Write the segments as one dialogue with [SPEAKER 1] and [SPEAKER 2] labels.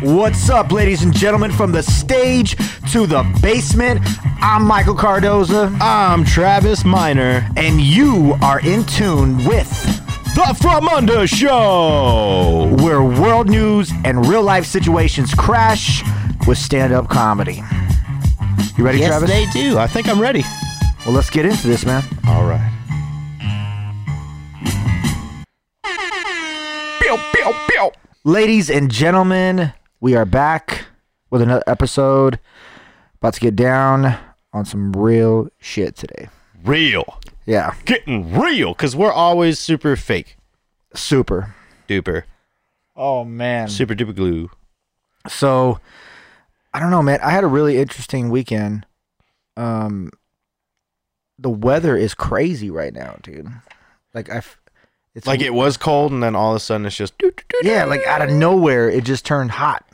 [SPEAKER 1] What's up, ladies and gentlemen, from the stage to the basement? I'm Michael Cardoza,
[SPEAKER 2] I'm Travis Miner,
[SPEAKER 1] and you are in tune with
[SPEAKER 2] the From Under Show.
[SPEAKER 1] where world news and real life situations crash with stand up comedy. You ready,
[SPEAKER 2] yes,
[SPEAKER 1] Travis?
[SPEAKER 2] they do. I think I'm ready.
[SPEAKER 1] Well, let's get into this, man.
[SPEAKER 2] All right.
[SPEAKER 1] Ladies and gentlemen, we are back with another episode. About to get down on some real shit today.
[SPEAKER 2] Real.
[SPEAKER 1] Yeah,
[SPEAKER 2] Getting real because we're always super fake.
[SPEAKER 1] super.
[SPEAKER 2] Duper.
[SPEAKER 1] Oh, man.
[SPEAKER 2] Super duper glue.
[SPEAKER 1] So I don't know, man. I had a really interesting weekend. Um, the weather is crazy right now, dude. Like I, f- it's
[SPEAKER 2] Like it was cold and then all of a sudden it's just.
[SPEAKER 1] yeah, like out of nowhere, it just turned hot.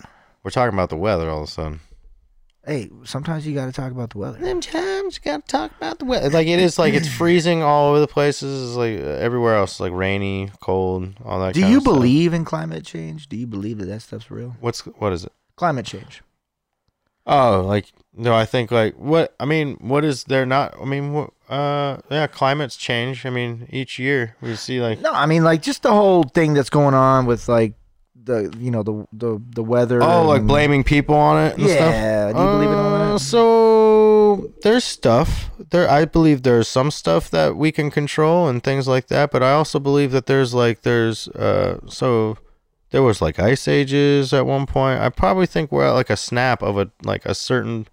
[SPEAKER 2] We're talking about the weather all of a sudden.
[SPEAKER 1] Hey, sometimes you got to talk about the weather.
[SPEAKER 2] Sometimes you gotta talk about the weather. Like it is like it's freezing all over the places. It's like everywhere else, like rainy, cold, all that.
[SPEAKER 1] Do
[SPEAKER 2] kind
[SPEAKER 1] you
[SPEAKER 2] of stuff.
[SPEAKER 1] believe in climate change? Do you believe that that stuff's real?
[SPEAKER 2] what's what is it?
[SPEAKER 1] Climate change.
[SPEAKER 2] Oh, like no, I think like what I mean. What is there not? I mean, what, uh, yeah, climates change. I mean, each year we see like
[SPEAKER 1] No, I mean like just the whole thing that's going on with like the you know the the the weather.
[SPEAKER 2] oh, like
[SPEAKER 1] and-
[SPEAKER 2] blaming people on it. And
[SPEAKER 1] Yeah,
[SPEAKER 2] stuff.
[SPEAKER 1] do you believe in all
[SPEAKER 2] Uh,
[SPEAKER 1] that?
[SPEAKER 2] So there's stuff there. I believe there's some stuff that we can control and things like that. But I also believe that there's like there's uh so there was like ice ages at one point. I probably think we're at like a snap of a like a certain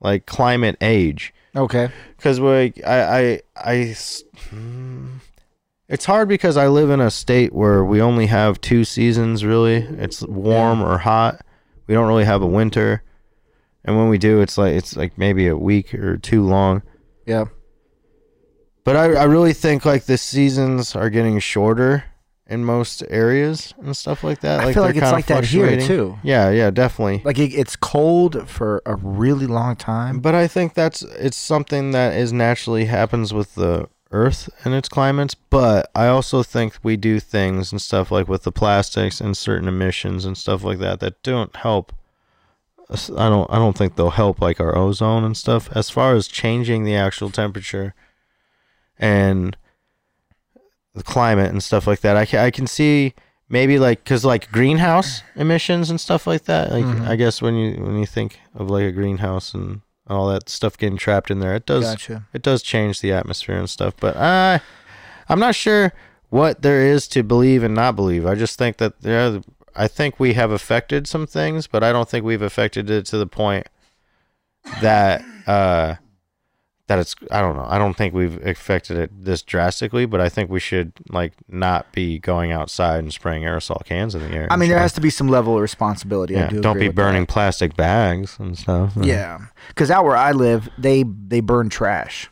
[SPEAKER 2] like climate age.
[SPEAKER 1] Okay.
[SPEAKER 2] because like I, I I s- mm, it's hard because I live in a state where we only have two seasons really. It's warm or hot. We don't really have a winter, and when we do, it's like it's like maybe a week or two long.
[SPEAKER 1] Yeah.
[SPEAKER 2] But I, I really think like the seasons are getting shorter in most areas and stuff like that.
[SPEAKER 1] I feel
[SPEAKER 2] they're
[SPEAKER 1] like it's
[SPEAKER 2] kinda
[SPEAKER 1] like that here,
[SPEAKER 2] fluctuating.
[SPEAKER 1] too.
[SPEAKER 2] Yeah, yeah, definitely.
[SPEAKER 1] Like it, it's cold for a really long time.
[SPEAKER 2] But I think that's it's something that is naturally happens with the earth and its climates, but I also think we do things and stuff like with the plastics and certain emissions and stuff like that that don't help us- I don't I don't think they'll help like our ozone and stuff as far as changing the actual temperature and the climate and stuff like that. I can, I can see maybe like because like greenhouse emissions and stuff like that. Like I guess when you when you think of like a greenhouse and all that stuff getting trapped in there, it does
[SPEAKER 1] Gotcha.
[SPEAKER 2] it does change the atmosphere and stuff. But I I'm not sure what there is to believe and not believe. I just think that there. I think we have affected some things, but I don't think we've affected it to the point that uh that it's I don't know. I don't think we've affected it this drastically, but I think we should like not be going outside and spraying aerosol cans in the air.
[SPEAKER 1] I mean, there
[SPEAKER 2] and
[SPEAKER 1] has to be some level of responsibility.
[SPEAKER 2] stuff.
[SPEAKER 1] I
[SPEAKER 2] yeah,
[SPEAKER 1] do
[SPEAKER 2] don't
[SPEAKER 1] agree
[SPEAKER 2] be
[SPEAKER 1] with that.
[SPEAKER 2] burning plastic bags and stuff.
[SPEAKER 1] Yeah, because out where I live, they they burn trash.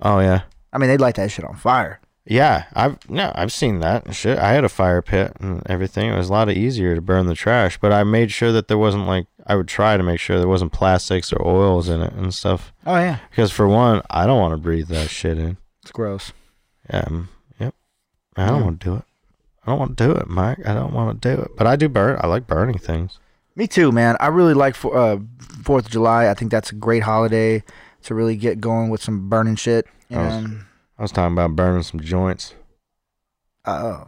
[SPEAKER 2] Oh yeah.
[SPEAKER 1] I mean, they light that shit on fire.
[SPEAKER 2] Yeah, I've no, I've seen that and shit. I had a fire pit and everything. It was a lot easier to burn the trash, but I made sure that there wasn't like I would try to make sure there wasn't plastics or oils in it and stuff.
[SPEAKER 1] Oh yeah,
[SPEAKER 2] Because for one, I don't want to breathe that shit in.
[SPEAKER 1] it's gross.
[SPEAKER 2] Yeah, um, yep. I don't want to do it. I don't want to do it, Mike. I don't want to do it. But I do burn. I like burning things.
[SPEAKER 1] Me too, man. I really like for, uh, Fourth of July. I think that's a great holiday to really get going with some burning shit.
[SPEAKER 2] I was-
[SPEAKER 1] And,
[SPEAKER 2] I was talking about burning some joints.
[SPEAKER 1] uh,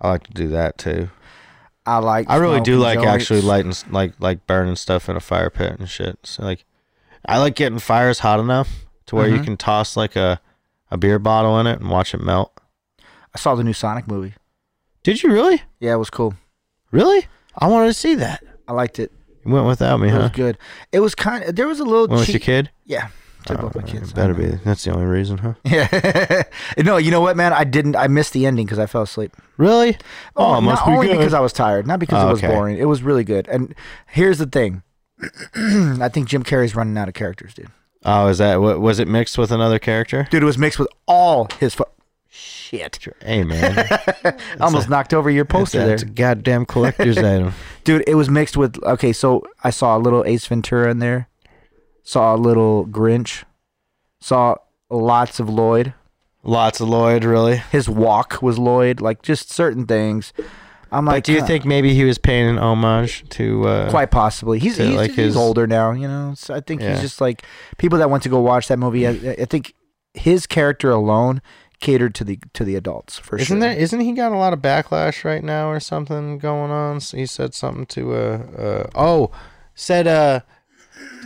[SPEAKER 2] I like to do that too.
[SPEAKER 1] I like.
[SPEAKER 2] I really do
[SPEAKER 1] smoking
[SPEAKER 2] like
[SPEAKER 1] joints.
[SPEAKER 2] actually lighting, s- like like burning stuff in a fire pit and shit. So like, I like getting fires hot enough to where you
[SPEAKER 1] Mhm.
[SPEAKER 2] can toss like a a beer bottle in it and watch it melt.
[SPEAKER 1] I saw the new Sonic movie.
[SPEAKER 2] Did you really?
[SPEAKER 1] Yeah, it was cool.
[SPEAKER 2] Really? I wanted to see that.
[SPEAKER 1] I liked it.
[SPEAKER 2] You went without me,
[SPEAKER 1] It
[SPEAKER 2] huh?
[SPEAKER 1] was good. It was kind of. There was a little.
[SPEAKER 2] Went with your
[SPEAKER 1] cheat-
[SPEAKER 2] kid?
[SPEAKER 1] Yeah. Took
[SPEAKER 2] Oh,
[SPEAKER 1] both my kids.
[SPEAKER 2] it better be. That's the only reason, huh?
[SPEAKER 1] Yeah. no, you know what, man? I didn't. I missed the ending because I fell asleep.
[SPEAKER 2] Really? Oh, it must
[SPEAKER 1] not
[SPEAKER 2] be
[SPEAKER 1] only
[SPEAKER 2] good.
[SPEAKER 1] because I was tired, not because
[SPEAKER 2] Oh,
[SPEAKER 1] it was
[SPEAKER 2] okay.
[SPEAKER 1] boring. It was really good. And here's the thing. I think Jim Carrey's running out of characters, dude.
[SPEAKER 2] Oh, is that what was it mixed with another character?
[SPEAKER 1] Dude, it was mixed with all his fu- shit.
[SPEAKER 2] Hey man,
[SPEAKER 1] Almost knocked over your poster there,
[SPEAKER 2] that's a goddamn collector's item.
[SPEAKER 1] dude. It was mixed with. Okay, so I saw a little Ace Ventura in there, saw a little Grinch, saw lots of Lloyd.
[SPEAKER 2] Lots of Lloyd, really.
[SPEAKER 1] His walk was Lloyd. Like just certain things. I'm
[SPEAKER 2] But
[SPEAKER 1] like,
[SPEAKER 2] do you
[SPEAKER 1] "Huh."
[SPEAKER 2] think maybe he was paying an homage to uh,
[SPEAKER 1] Quite possibly. He's
[SPEAKER 2] to,
[SPEAKER 1] he's,
[SPEAKER 2] like,
[SPEAKER 1] he's
[SPEAKER 2] his-
[SPEAKER 1] older now, you know. So I think
[SPEAKER 2] Yeah.
[SPEAKER 1] he's just like people that went to go watch that movie. I, I think his character alone catered to the to the adults for
[SPEAKER 2] isn't
[SPEAKER 1] sure.
[SPEAKER 2] there isn't he got a lot of backlash right now or something going on? S- He said something to a uh, oh said uh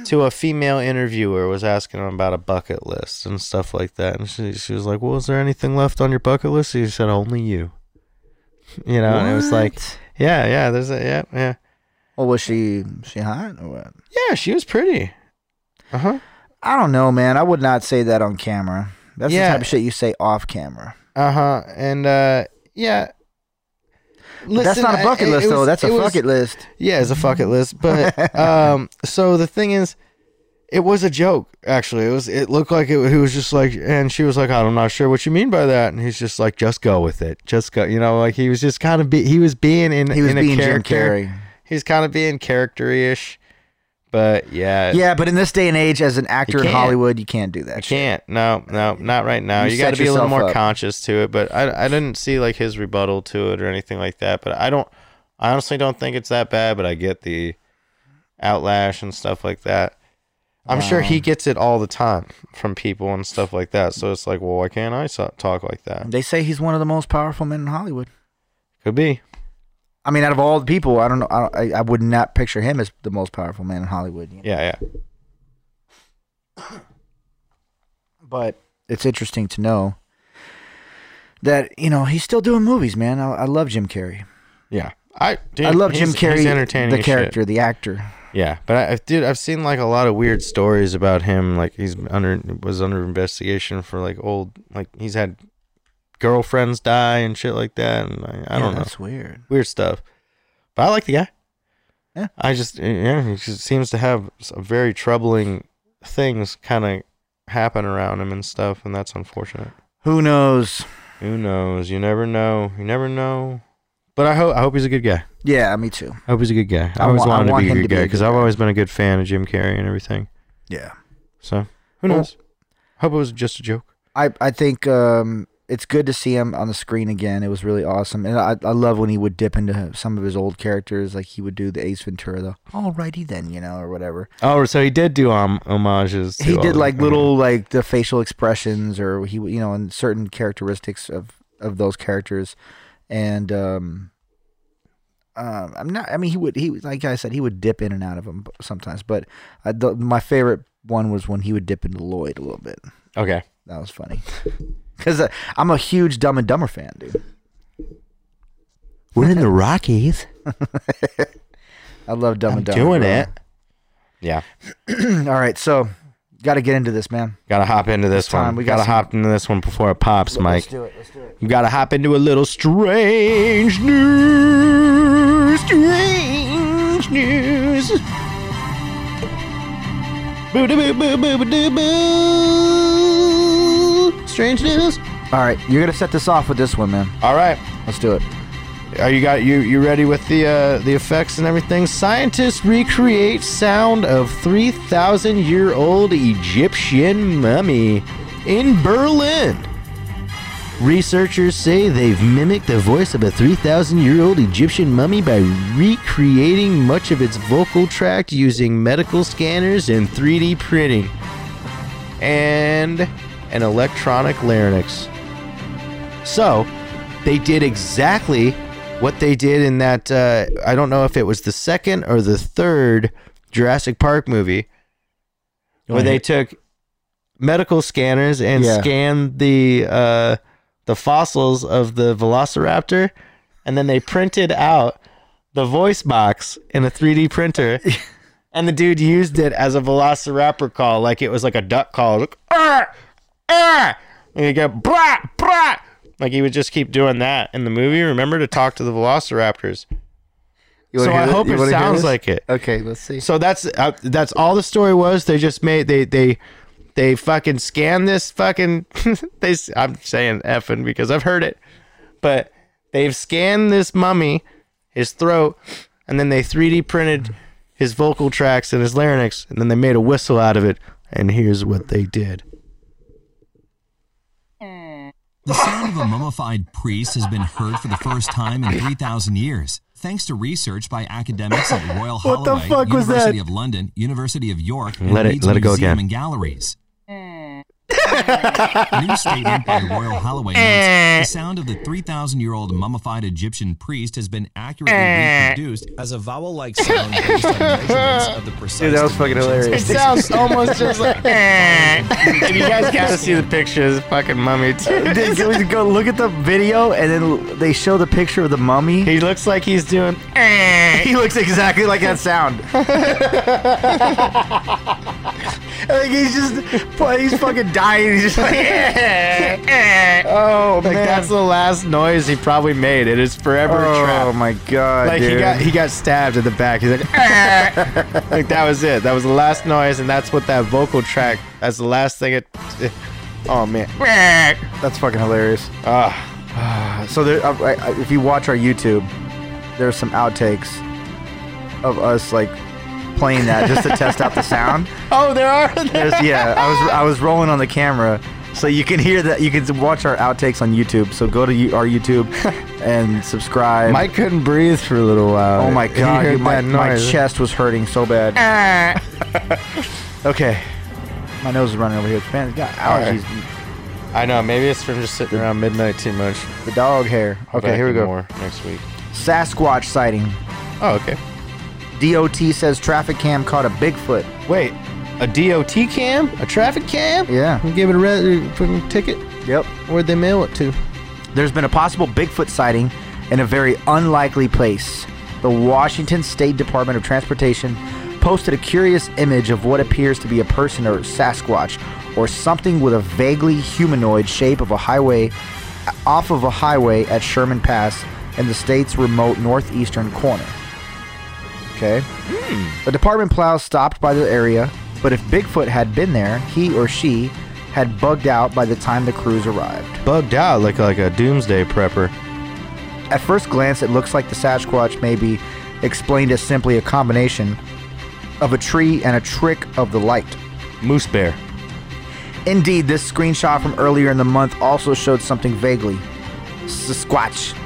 [SPEAKER 2] to a female interviewer was asking him about a bucket list and stuff like that, and she she was like, "Well, is there anything left on your bucket list?" He said, "Only you." You know, and it was like,
[SPEAKER 1] What?
[SPEAKER 2] yeah, yeah, there's a yeah, yeah,
[SPEAKER 1] well, was she she hot or what?
[SPEAKER 2] yeah. She was pretty. Uh
[SPEAKER 1] Uh-huh.
[SPEAKER 2] huh.
[SPEAKER 1] I don't know, man. I would not say that on camera. That's
[SPEAKER 2] Yeah.
[SPEAKER 1] the type of shit you say off camera.
[SPEAKER 2] Uh huh. And uh, yeah.
[SPEAKER 1] But that's
[SPEAKER 2] Listen,
[SPEAKER 1] not a
[SPEAKER 2] I-
[SPEAKER 1] bucket
[SPEAKER 2] it-
[SPEAKER 1] list
[SPEAKER 2] it
[SPEAKER 1] though.
[SPEAKER 2] was-
[SPEAKER 1] That's a
[SPEAKER 2] it was-
[SPEAKER 1] bucket list.
[SPEAKER 2] Yeah, it's a bucket list. But um, so the thing is, it was a joke. Actually, it was. It looked like it, he was just like, and she was like, "I'm not sure what you mean by that." And he's just like, "Just go with it. Just go." You know, like he was just kind of be. He was being in.
[SPEAKER 1] He was
[SPEAKER 2] in
[SPEAKER 1] being
[SPEAKER 2] a
[SPEAKER 1] Jim
[SPEAKER 2] character.
[SPEAKER 1] Carrey.
[SPEAKER 2] He's kind of being character-ish. But yeah,
[SPEAKER 1] Yeah, but in this day and age, as an actor in
[SPEAKER 2] can't.
[SPEAKER 1] Hollywood, you can't do
[SPEAKER 2] I
[SPEAKER 1] that. shit.
[SPEAKER 2] can't. No, no, not right now.
[SPEAKER 1] Uh, You
[SPEAKER 2] You, got to
[SPEAKER 1] set
[SPEAKER 2] be a little
[SPEAKER 1] yourself
[SPEAKER 2] more
[SPEAKER 1] up.
[SPEAKER 2] conscious to it. But I, I didn't see like his rebuttal to it or anything like that. But I don't, I honestly don't think it's that bad. But I get the outlash and stuff like that. I'm sure
[SPEAKER 1] Wow.
[SPEAKER 2] he gets it all the time from people and stuff like that. So it's like, well, why can't I so- talk like that?
[SPEAKER 1] They say he's one of the most powerful men in Hollywood.
[SPEAKER 2] Could be.
[SPEAKER 1] I mean, out of all the people, I don't know. I, don't- I, I would not picture him as the most powerful man in Hollywood. you know?
[SPEAKER 2] Yeah, yeah.
[SPEAKER 1] But it's interesting to know that you know he's still doing movies, man. I, I love Jim Carrey.
[SPEAKER 2] Yeah. I dude,
[SPEAKER 1] I love
[SPEAKER 2] he's-
[SPEAKER 1] Jim Carrey,
[SPEAKER 2] He's entertaining
[SPEAKER 1] the
[SPEAKER 2] as shit.
[SPEAKER 1] character, the actor.
[SPEAKER 2] Yeah, but I, I've- dude, I've seen like a lot of weird stories about him. Like he's under was under investigation for like old like he's had girlfriends die and shit like that, and I, I
[SPEAKER 1] Yeah,
[SPEAKER 2] don't know
[SPEAKER 1] That's weird.
[SPEAKER 2] weird stuff. But I like the guy.
[SPEAKER 1] Yeah.
[SPEAKER 2] I just yeah, he just seems to have some very troubling things kind of happen around him and stuff, and that's unfortunate.
[SPEAKER 1] Who knows?
[SPEAKER 2] Who knows? You never know. You never know. But I hope I hope he's a good guy.
[SPEAKER 1] Yeah, me too.
[SPEAKER 2] I hope he's a good guy. I,
[SPEAKER 1] I
[SPEAKER 2] always
[SPEAKER 1] wa- I
[SPEAKER 2] wanted
[SPEAKER 1] want
[SPEAKER 2] to be
[SPEAKER 1] him
[SPEAKER 2] a
[SPEAKER 1] to
[SPEAKER 2] good
[SPEAKER 1] be a
[SPEAKER 2] guy
[SPEAKER 1] good
[SPEAKER 2] because I've always been a good fan of Jim Carrey and everything.
[SPEAKER 1] Yeah.
[SPEAKER 2] So who
[SPEAKER 1] Well-
[SPEAKER 2] knows? Hope it was just a joke.
[SPEAKER 1] I I think um, it's good to see him on the screen again. It was really awesome, and I I love when he would dip into some of his old characters, like he would do the Ace Ventura, the Alrighty then, you know, or whatever.
[SPEAKER 2] Oh, so he did do um, homages. to um,
[SPEAKER 1] he
[SPEAKER 2] all
[SPEAKER 1] did
[SPEAKER 2] of-
[SPEAKER 1] like
[SPEAKER 2] okay.
[SPEAKER 1] little like the facial expressions, or he would- you know, and certain characteristics of of those characters, and um. Um, I'm not. I mean, he would. He was- like I said, he would dip in and out of them sometimes. But I, the, my favorite one was when he would dip into Lloyd a little bit.
[SPEAKER 2] Okay.
[SPEAKER 1] That was funny. Because I'm a huge Dumb and Dumber fan, dude.
[SPEAKER 2] We're in the Rockies.
[SPEAKER 1] I love Dumb
[SPEAKER 2] I'm
[SPEAKER 1] and Dumber.
[SPEAKER 2] doing
[SPEAKER 1] bro.
[SPEAKER 2] it. Yeah,
[SPEAKER 1] All right, so got to get into this, man.
[SPEAKER 2] gotta hop into this
[SPEAKER 1] time.
[SPEAKER 2] one.
[SPEAKER 1] We
[SPEAKER 2] We
[SPEAKER 1] got
[SPEAKER 2] gotta
[SPEAKER 1] some-
[SPEAKER 2] hop into this one before it pops, Mike.
[SPEAKER 1] do it. Let's do it.
[SPEAKER 2] We gotta hop into a little strange news. Strange news. Boo boo boo boo boo boo. Strange news.
[SPEAKER 1] All right, you're gonna set this off with this one, man.
[SPEAKER 2] All right.
[SPEAKER 1] Let's do it.
[SPEAKER 2] Are you got you you ready with the uh, the effects and everything? Scientists recreate sound of 3,000 year old Egyptian mummy in Berlin. Researchers say they've mimicked the voice of a 3,000 year old Egyptian mummy by recreating much of its vocal tract using medical scanners and 3D printing and an electronic larynx. So, they did exactly what they did in that. Uh, I don't know if it was the second or the third Jurassic Park movie, where
[SPEAKER 1] wanna
[SPEAKER 2] they
[SPEAKER 1] hear-
[SPEAKER 2] took medical scanners and
[SPEAKER 1] Yeah.
[SPEAKER 2] scanned the uh, the fossils of the Velociraptor, and then they printed out the voice box in a 3D printer. And the dude used it as a velociraptor call, like it was like a duck call. Like, "Arr! Arr!" and you go brat brat. Like he would just keep doing that in the movie. Remember to talk to the velociraptors.
[SPEAKER 1] You wanna
[SPEAKER 2] So
[SPEAKER 1] hear
[SPEAKER 2] I
[SPEAKER 1] thi-
[SPEAKER 2] hope
[SPEAKER 1] you
[SPEAKER 2] it
[SPEAKER 1] wanna hear
[SPEAKER 2] sounds
[SPEAKER 1] this?
[SPEAKER 2] like it.
[SPEAKER 1] Okay, let's see.
[SPEAKER 2] So that's uh, that's all the story was. They just made they they they fucking scanned this fucking they s- I'm saying effing because I've heard it. But they've scanned this mummy, his throat, and then they 3D printed his vocal tracts and his larynx and then they made a whistle out of it. And here's what they did.
[SPEAKER 3] The sound of a mummified priest has been heard for the first time in 3,000 years, thanks to research by academics at Royal
[SPEAKER 1] What the
[SPEAKER 3] Holloway,
[SPEAKER 1] fuck was that?
[SPEAKER 3] University of London, University of York, and
[SPEAKER 2] Let it-
[SPEAKER 3] Leeds
[SPEAKER 2] let it go
[SPEAKER 3] Museum
[SPEAKER 2] again.
[SPEAKER 3] and Galleries. A new statement by Royal Holloway
[SPEAKER 1] Eh.
[SPEAKER 3] notes the sound of the 3,000 year old mummified Egyptian priest has been accurately
[SPEAKER 1] Eh.
[SPEAKER 3] reproduced as a vowel like sound based on measurements of the precise.
[SPEAKER 1] Dude, that was fucking
[SPEAKER 3] dimensions
[SPEAKER 1] hilarious.
[SPEAKER 2] It sounds almost just like. if you guys gotta see the pictures, fucking mummy too.
[SPEAKER 1] Did- Can we go look at the video and then l- they show the picture of the mummy?
[SPEAKER 2] He looks like he's doing.
[SPEAKER 1] He looks exactly like that sound. like he's just, he's fucking dying. He's just like, oh
[SPEAKER 2] Like
[SPEAKER 1] man,
[SPEAKER 2] that's the last noise he probably made. It is forever a
[SPEAKER 1] oh
[SPEAKER 2] trap.
[SPEAKER 1] my god,
[SPEAKER 2] Like
[SPEAKER 1] dude.
[SPEAKER 2] he got he got stabbed at the back. He's like, like that was it. That was the last noise, and that's what that vocal track. That's the last thing it. Oh man.
[SPEAKER 1] that's fucking hilarious.
[SPEAKER 2] Ah.
[SPEAKER 1] So there, I, I, if you watch our YouTube, there's some outtakes of us like playing that just to test out the sound.
[SPEAKER 2] Oh, there are.
[SPEAKER 1] There's, yeah, I was I was rolling on the camera, so you can hear that. You can watch our outtakes on YouTube. So go to you- our YouTube and subscribe.
[SPEAKER 2] Mike couldn't breathe for a little while.
[SPEAKER 1] oh my
[SPEAKER 2] He
[SPEAKER 1] god,
[SPEAKER 2] heard
[SPEAKER 1] dude, my,
[SPEAKER 2] that
[SPEAKER 1] my
[SPEAKER 2] noise.
[SPEAKER 1] chest was hurting so bad. okay, my nose is running over here. It's man, it's got
[SPEAKER 2] Alright.
[SPEAKER 1] allergies.
[SPEAKER 2] I know. Maybe it's from just sitting around midnight too much.
[SPEAKER 1] The dog hair. Okay, here we go.
[SPEAKER 2] More next week.
[SPEAKER 1] Sasquatch sighting.
[SPEAKER 2] Oh, okay.
[SPEAKER 1] DOT says traffic cam caught a Bigfoot.
[SPEAKER 2] Wait, a DOT cam? A traffic cam?
[SPEAKER 1] Yeah.
[SPEAKER 2] We give it a red uh, fucking ticket.
[SPEAKER 1] Yep.
[SPEAKER 2] Where'd they mail it to?
[SPEAKER 1] There's been a possible Bigfoot sighting in a very unlikely place. The Washington State Department of Transportation posted a curious image of what appears to be a person or Sasquatch or something with a vaguely humanoid shape of a highway off of a highway at Sherman Pass in the state's remote northeastern corner. Okay. The department plow stopped by the area, but if Bigfoot had been there, he or she had bugged out by the time the crews arrived.
[SPEAKER 2] Bugged out like like a doomsday prepper.
[SPEAKER 1] At first glance, it looks like the Sasquatch may be explained as simply a combination of a tree and a trick of the light.
[SPEAKER 2] Moose bear.
[SPEAKER 1] Indeed, this screenshot from earlier in the month also showed something vaguely Sasquatch.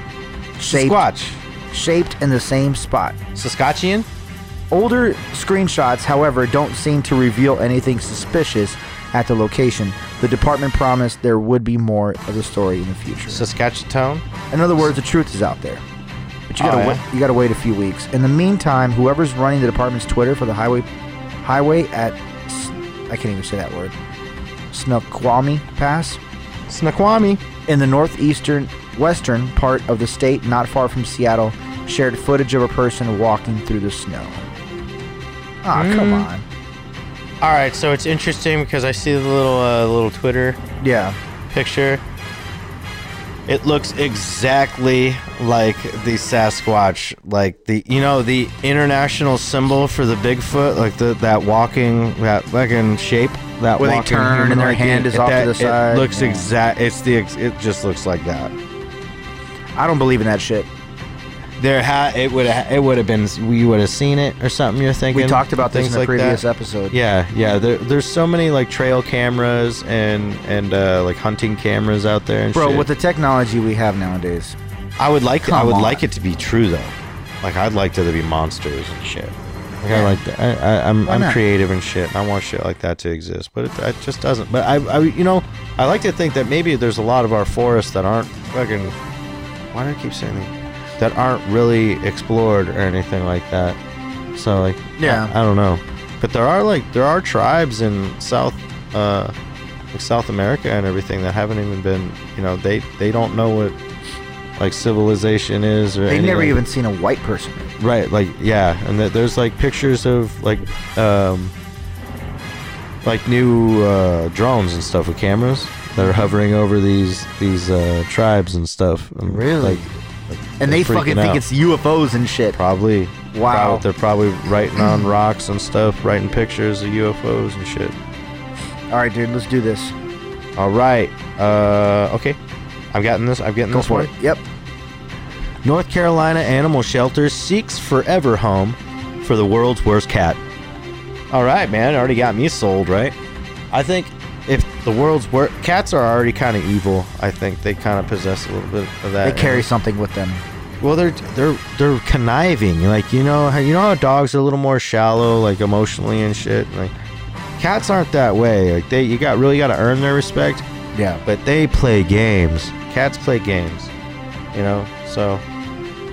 [SPEAKER 1] Shaped,
[SPEAKER 2] Squatch.
[SPEAKER 1] shaped in the same spot.
[SPEAKER 2] Saskatchewan.
[SPEAKER 1] Older screenshots, however, don't seem to reveal anything suspicious at the location. The department promised there would be more of the story in the future.
[SPEAKER 2] Saskatchewan.
[SPEAKER 1] In other words, the truth is out there. But you
[SPEAKER 2] Oh,
[SPEAKER 1] gotta
[SPEAKER 2] yeah?
[SPEAKER 1] wait, you gotta wait a few weeks. In the meantime, whoever's running the department's Twitter for the highway highway at S- I can't even say that word Snoqualmie Pass
[SPEAKER 2] Snoqualmie.
[SPEAKER 1] in the northeastern western part of the state, not far from Seattle, shared footage of a person walking through the snow. Ah,
[SPEAKER 2] Hmm.
[SPEAKER 1] come on.
[SPEAKER 2] All right, so it's interesting because I see the little uh, little Twitter
[SPEAKER 1] Yeah.
[SPEAKER 2] picture. It looks exactly like the Sasquatch, like the you know the international symbol for the Bigfoot, like the that walking that fucking shape that
[SPEAKER 1] Where they
[SPEAKER 2] walking
[SPEAKER 1] turn and their
[SPEAKER 2] humanoid
[SPEAKER 1] hand
[SPEAKER 2] thing.
[SPEAKER 1] is off to
[SPEAKER 2] That-
[SPEAKER 1] the side,
[SPEAKER 2] It looks
[SPEAKER 1] yeah.
[SPEAKER 2] exact. It's the ex- it just looks like that.
[SPEAKER 1] I don't believe in that shit.
[SPEAKER 2] There ha it would ha- it would have been you would have seen it or something. You're thinking
[SPEAKER 1] We talked about this
[SPEAKER 2] things
[SPEAKER 1] in the
[SPEAKER 2] like
[SPEAKER 1] previous
[SPEAKER 2] that.
[SPEAKER 1] episode.
[SPEAKER 2] Yeah, yeah. There, there's so many like trail cameras and and uh, like hunting cameras out there. And
[SPEAKER 1] Bro,
[SPEAKER 2] shit.
[SPEAKER 1] with the technology we have nowadays,
[SPEAKER 2] I would like I
[SPEAKER 1] Come
[SPEAKER 2] would
[SPEAKER 1] on.
[SPEAKER 2] like it to be true though. Like I'd like there to be monsters and shit. Like I like that. I, I, I'm
[SPEAKER 1] Why
[SPEAKER 2] I'm
[SPEAKER 1] not?
[SPEAKER 2] creative and shit, and I want shit like that to exist. But it, it just doesn't. But I, I you know I like to think that maybe there's a lot of our forests that aren't fucking. Why do I keep saying that? That aren't really explored or anything like that. So like
[SPEAKER 1] Yeah.
[SPEAKER 2] I, I don't know. But there are like there are tribes in South. Uh, like South America and everything that haven't even been, you know, they they don't know what like civilization is or
[SPEAKER 1] they've
[SPEAKER 2] any,
[SPEAKER 1] never
[SPEAKER 2] like-
[SPEAKER 1] even seen a white person.
[SPEAKER 2] right like yeah and that there's like pictures of like um like new uh drones and stuff with cameras that are hovering over these these uh tribes and stuff and,
[SPEAKER 1] Really?
[SPEAKER 2] like,
[SPEAKER 1] and they
[SPEAKER 2] freaking
[SPEAKER 1] fucking think
[SPEAKER 2] out.
[SPEAKER 1] it's UFOs and shit.
[SPEAKER 2] probably
[SPEAKER 1] Wow.
[SPEAKER 2] prob- they're probably writing on rocks and stuff writing pictures of ufos and shit
[SPEAKER 1] All right, dude, let's do this.
[SPEAKER 2] all right uh okay i've gotten this i've gotten
[SPEAKER 1] Go
[SPEAKER 2] this
[SPEAKER 1] for
[SPEAKER 2] one
[SPEAKER 1] it. Yep.
[SPEAKER 2] North Carolina Animal Shelter seeks forever home for the world's worst cat. All right, man, already got me sold, right? I think if the world's worst. Cats are already kind of evil. I think they kind of possess a little bit of that.
[SPEAKER 1] They
[SPEAKER 2] in
[SPEAKER 1] carry something with them.
[SPEAKER 2] Well, they're they're they're conniving. Like you know, how- you know how dogs are a little more shallow, like emotionally and shit. Like cats aren't that way. Like they, you got really got to earn their respect.
[SPEAKER 1] Yeah.
[SPEAKER 2] But they play games. Cats play games. You know. So,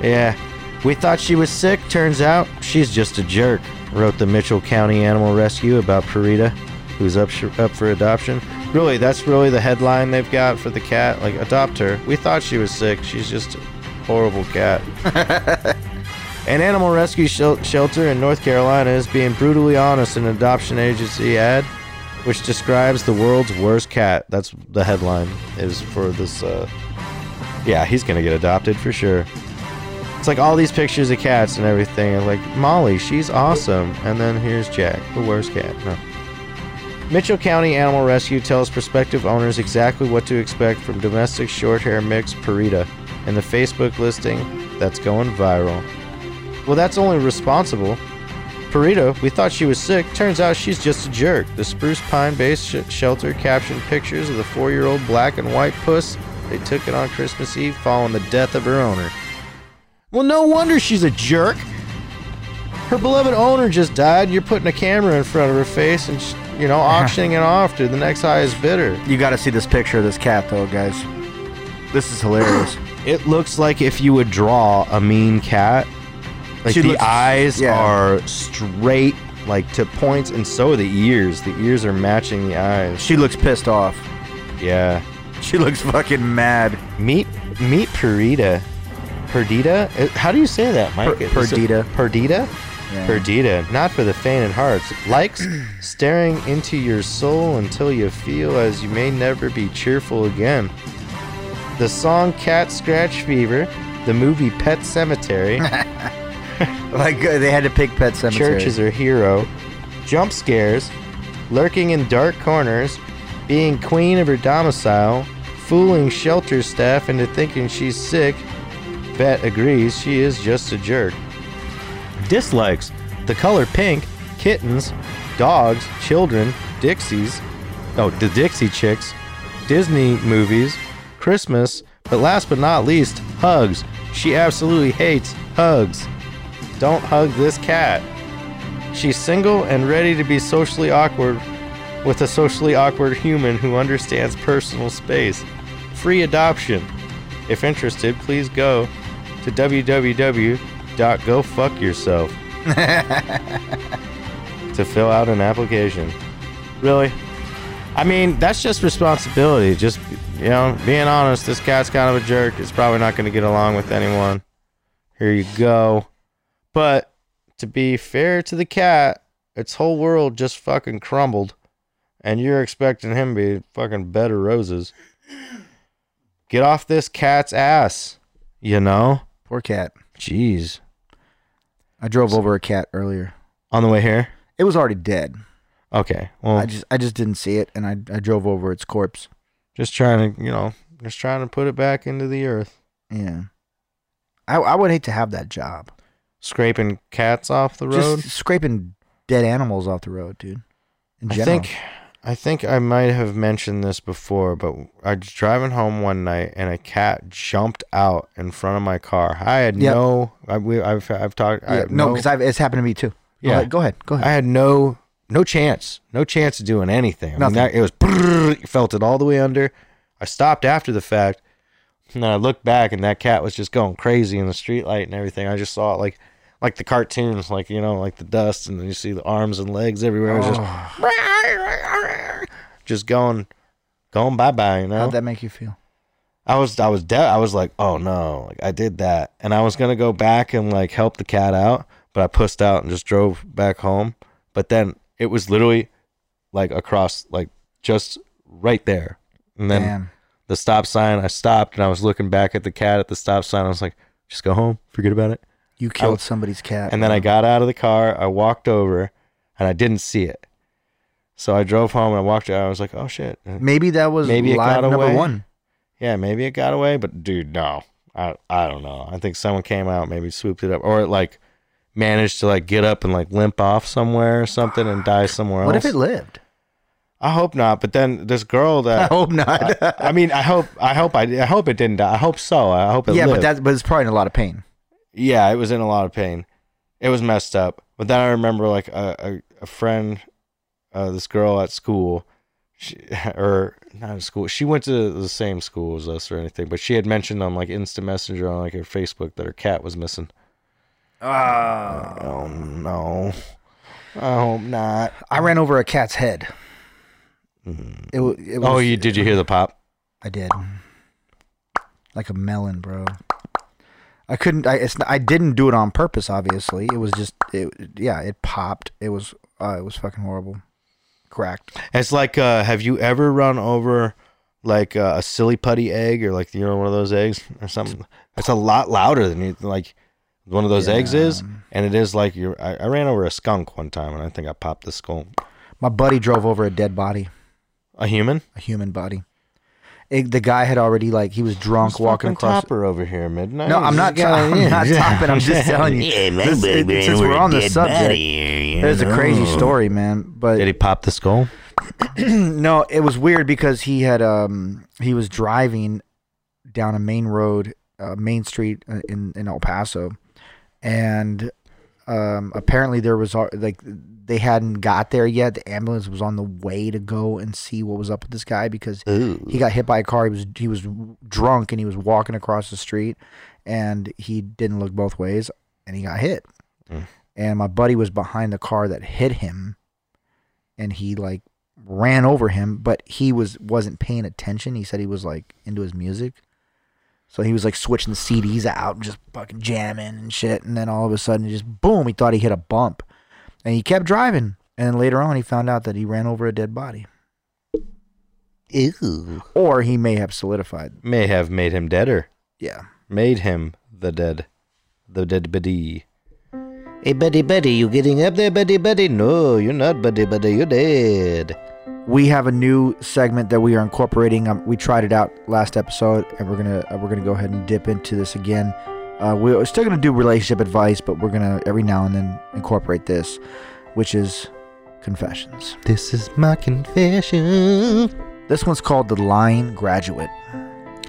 [SPEAKER 2] yeah. We thought she was sick. Turns out she's just a jerk. Wrote the Mitchell County Animal Rescue about Parita, who's up sh- up for adoption. Really, that's really the headline they've got for the cat. Like, adopt her. We thought she was sick. She's just a horrible cat. An animal rescue shel- shelter in North Carolina is being brutally honest in an adoption agency ad, which describes the world's worst cat. That's the headline is for this. Uh, yeah, he's gonna get adopted for sure. It's like all these pictures of cats and everything. and Like Molly, she's awesome, and then here's Jack, the worst cat. No. Mitchell County Animal Rescue tells prospective owners exactly what to expect from domestic short hair mix Parita in the Facebook listing that's going viral. Well, that's only responsible. Perito, we thought she was sick. Turns out she's just a jerk. The Spruce Pine based sh- shelter captioned pictures of the four year old black and white puss they took it on Christmas Eve following the death of her owner. Well, no wonder she's a jerk. Her beloved owner just died. You're putting a camera in front of her face and, sh- you know, auctioning it off to the next highest bidder.
[SPEAKER 1] You got to see this picture of this cat, though, guys. This is hilarious.
[SPEAKER 2] It looks like if you would draw a mean cat, like
[SPEAKER 1] She
[SPEAKER 2] the
[SPEAKER 1] looks-
[SPEAKER 2] eyes
[SPEAKER 1] yeah.
[SPEAKER 2] are straight, like to points, and so are the ears. The ears are matching the eyes.
[SPEAKER 1] she looks pissed off.
[SPEAKER 2] Yeah.
[SPEAKER 1] She looks fucking mad.
[SPEAKER 2] Meet meet Perdita. Perdita? Uh, How do you say that, Mike?
[SPEAKER 1] Per-
[SPEAKER 2] Is it
[SPEAKER 1] Perdita.
[SPEAKER 2] Perdita.
[SPEAKER 1] Yeah.
[SPEAKER 2] Perdita. Not for the faint of hearts. Likes staring into your soul until you feel as you may never be cheerful again. The song "Cat Scratch Fever," the movie "Pet Cemetery."
[SPEAKER 1] Like uh, they had to pick Pet Cemetery.
[SPEAKER 2] Church is her hero. Jump scares, lurking in dark corners, being queen of her domicile, fooling shelter staff into thinking she's sick. Vet agrees she is just a jerk. Dislikes the color pink, kittens, dogs, children, Dixies. Oh, the Dixie Chicks, Disney movies, Christmas, but last but not least, hugs. She absolutely hates hugs. Don't hug this cat. She's single and ready to be socially awkward with a socially awkward human who understands personal space. Free adoption. If interested, please go to www.gofuckyourself to fill out an application. Really? I mean, that's just responsibility. Just, you know, being honest, this cat's kind of a jerk. It's probably not going to get along with anyone. Here you go. But to be fair to the cat, its whole world just fucking crumbled, and you're expecting him to be fucking bed of roses. Get off this cat's ass, you know?
[SPEAKER 1] Poor cat.
[SPEAKER 2] Jeez.
[SPEAKER 1] I drove over a cat earlier.
[SPEAKER 2] On the way here?
[SPEAKER 1] It was already dead.
[SPEAKER 2] Okay. Well,
[SPEAKER 1] I just I just didn't see it, and I I drove over its corpse.
[SPEAKER 2] just trying to, you know, just trying to put it back into the earth.
[SPEAKER 1] Yeah. I I would hate to have that job.
[SPEAKER 2] Scraping cats off the road.
[SPEAKER 1] Just scraping dead animals off the road, dude. In
[SPEAKER 2] I
[SPEAKER 1] general.
[SPEAKER 2] think I think I might have mentioned this before, but I was driving home one night and a cat jumped out in front of my car. I had
[SPEAKER 1] Yep.
[SPEAKER 2] no, I, we, I've I've talked. I
[SPEAKER 1] Yeah,
[SPEAKER 2] had
[SPEAKER 1] no, because I've it's happened to me too. Go
[SPEAKER 2] Yeah.
[SPEAKER 1] ahead, Go ahead. Go ahead.
[SPEAKER 2] I had no no chance, no chance of doing anything. I mean,
[SPEAKER 1] Nothing.
[SPEAKER 2] that, it was brrrr, felt it all the way under. I stopped after the fact, and then I looked back, and that cat was just going crazy in the streetlight and everything. I just saw it like like the cartoons, like you know, like the dust, and you see the arms and legs everywhere. It was
[SPEAKER 1] Oh.
[SPEAKER 2] just just going going bye bye. You know,
[SPEAKER 1] How'd that make you feel?
[SPEAKER 2] I was I was de- I was like, oh no, like I did that, and I was gonna go back and like help the cat out, but I pussed out and just drove back home. But then it was literally like across, like just right there, and then
[SPEAKER 1] Man.
[SPEAKER 2] the stop sign. I stopped and I was looking back at the cat at the stop sign. I was like, just go home, forget about it.
[SPEAKER 1] You killed somebody's cat.
[SPEAKER 2] And then I
[SPEAKER 1] bro.
[SPEAKER 2] got out of the car, I walked over, and I didn't see it. So I drove home and I walked out. I was like, oh shit,
[SPEAKER 1] Maybe that was
[SPEAKER 2] Maybe it
[SPEAKER 1] live
[SPEAKER 2] got
[SPEAKER 1] number
[SPEAKER 2] away.
[SPEAKER 1] one.
[SPEAKER 2] Yeah, maybe it got away, but dude, no. I I don't know. I think someone came out, maybe swooped it up, or it like managed to like get up and like limp off somewhere or something and die somewhere
[SPEAKER 1] What if
[SPEAKER 2] else.
[SPEAKER 1] it lived?
[SPEAKER 2] I hope not. But then this girl
[SPEAKER 1] I
[SPEAKER 2] that
[SPEAKER 1] hope not.
[SPEAKER 2] I mean, I hope, I hope, I, I hope it didn't die. I hope so. I hope it.
[SPEAKER 1] yeah, but
[SPEAKER 2] lived.
[SPEAKER 1] that's but it's probably in a lot of pain.
[SPEAKER 2] yeah, it was in a lot of pain. It was messed up. But then I remember like a a, a friend, uh, this girl at school, she, or not at school. She went to the same school as us or anything, but she had mentioned on like instant messenger on like her Facebook that her cat was missing. Oh no. I hope not.
[SPEAKER 1] I ran over a cat's head. It, wa- it was,
[SPEAKER 2] Oh, you did you hear the pop?
[SPEAKER 1] I did. Like a melon, bro. I couldn't. I it's. Not, I didn't do it on purpose. Obviously, it was just. It yeah. It popped. It was. Uh, it was fucking horrible. Cracked.
[SPEAKER 2] It's like, uh, have you ever run over like uh, a silly putty egg or like you know one of those eggs or something? It's a lot louder than you like one of those eggs is, and it is like you. I, I ran over a skunk one time, and I think I popped the skull.
[SPEAKER 1] My buddy drove over a dead body,
[SPEAKER 2] A human
[SPEAKER 1] a human body. It, the guy had already like he was drunk walking
[SPEAKER 2] Fucking
[SPEAKER 1] across.
[SPEAKER 2] Topper over here midnight.
[SPEAKER 1] No, I'm not.
[SPEAKER 2] Yeah,
[SPEAKER 1] I'm not
[SPEAKER 2] yeah.
[SPEAKER 1] topping. I'm just telling you.
[SPEAKER 4] Yeah, my
[SPEAKER 1] This-
[SPEAKER 4] buddy
[SPEAKER 1] it-
[SPEAKER 4] ran
[SPEAKER 1] since
[SPEAKER 4] over
[SPEAKER 1] we're
[SPEAKER 4] a
[SPEAKER 1] on the
[SPEAKER 4] dead
[SPEAKER 1] subject,
[SPEAKER 4] body, you
[SPEAKER 1] there's a crazy
[SPEAKER 4] know.
[SPEAKER 1] story, man. But
[SPEAKER 2] Did he pop the skull?
[SPEAKER 1] no, it was weird because he had um he was driving down a main road, uh, main street uh, in in El Paso, and um apparently there was al- like they hadn't got there yet. The ambulance was on the way to go and see what was up with this guy because he got hit by a car. He was he was drunk and he was walking across the street, and he didn't look both ways and he got hit. And my buddy was behind the car that hit him, and he like ran over him, but he was wasn't paying attention. He said he was like into his music. So he was like switching CDs out and just fucking jamming and shit. And then all of a sudden, just boom, he thought he hit a bump and he kept driving. And then later on, he found out that he ran over a dead body.
[SPEAKER 4] Ew.
[SPEAKER 1] Or he may have solidified.
[SPEAKER 2] May have made him deader.
[SPEAKER 1] Yeah.
[SPEAKER 2] Made him the dead, the dead body.
[SPEAKER 4] Hey, buddy, buddy, you getting up there, buddy, buddy? No, you're not, buddy, buddy, you're dead.
[SPEAKER 1] We have a new segment that we are incorporating. Um, we tried it out last episode, and we're gonna uh, we're gonna go ahead and dip into this again. Uh, we're still gonna do relationship advice, but we're gonna every now and then incorporate this, which is confessions.
[SPEAKER 4] This is my confession.
[SPEAKER 1] This one's called the lying graduate.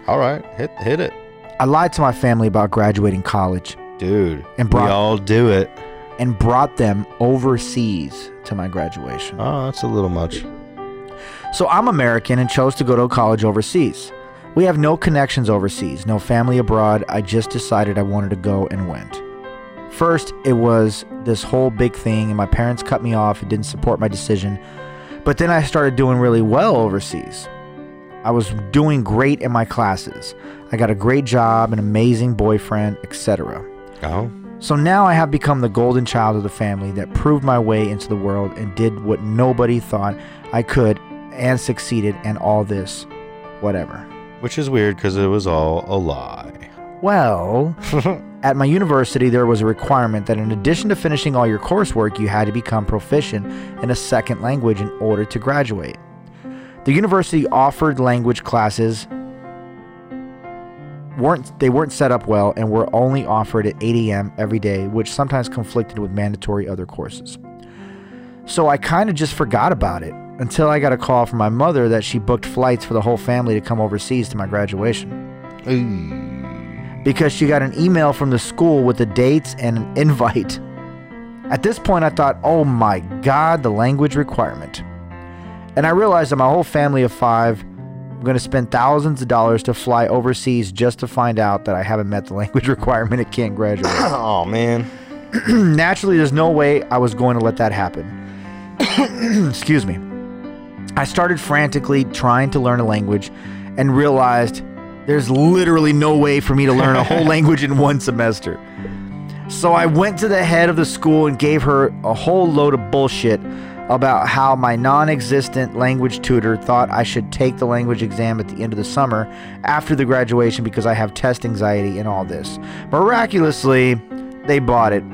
[SPEAKER 2] All right, hit hit it,
[SPEAKER 1] I lied to my family about graduating college
[SPEAKER 2] dude.
[SPEAKER 1] And
[SPEAKER 2] we
[SPEAKER 1] Brock-
[SPEAKER 2] all do it.
[SPEAKER 1] and brought them overseas to my graduation.
[SPEAKER 2] Oh, that's a little much.
[SPEAKER 1] So I'm American and chose to go to a college overseas. We have no connections overseas, no family abroad. I just decided I wanted to go and went. First, it was this whole big thing, and my parents cut me off and didn't support my decision. But then I started doing really well overseas. I was doing great in my classes. I got a great job, an amazing boyfriend, etc.
[SPEAKER 2] Oh,
[SPEAKER 1] So now I have become the golden child of the family that proved my way into the world and did what nobody thought I could and succeeded and all this, whatever.
[SPEAKER 2] which is weird because it was all a lie.
[SPEAKER 1] Well, at my university, there was a requirement that in addition to finishing all your coursework, you had to become proficient in a second language in order to graduate. The university offered language classes weren't they weren't set up well and were only offered at 8 a.m. every day, which sometimes conflicted with mandatory other courses. So I kind of just forgot about it until I got a call from my mother that she booked flights for the whole family to come overseas to my graduation because she got an email from the school with the dates and an invite. At this point, I thought, oh my God, the language requirement. And I realized that my whole family of five, I'm going to spend thousands of dollars to fly overseas just to find out that I haven't met the language requirement and can't graduate.
[SPEAKER 2] Oh man,
[SPEAKER 1] Naturally, there's no way I was going to let that happen. Excuse me. I started frantically trying to learn a language and realized there's literally no way for me to learn a whole language in one semester. So I went to the head of the school and gave her a whole load of bullshit about how my non existent language tutor thought I should take the language exam at the end of the summer after the graduation because I have test anxiety and all this. Miraculously, they bought it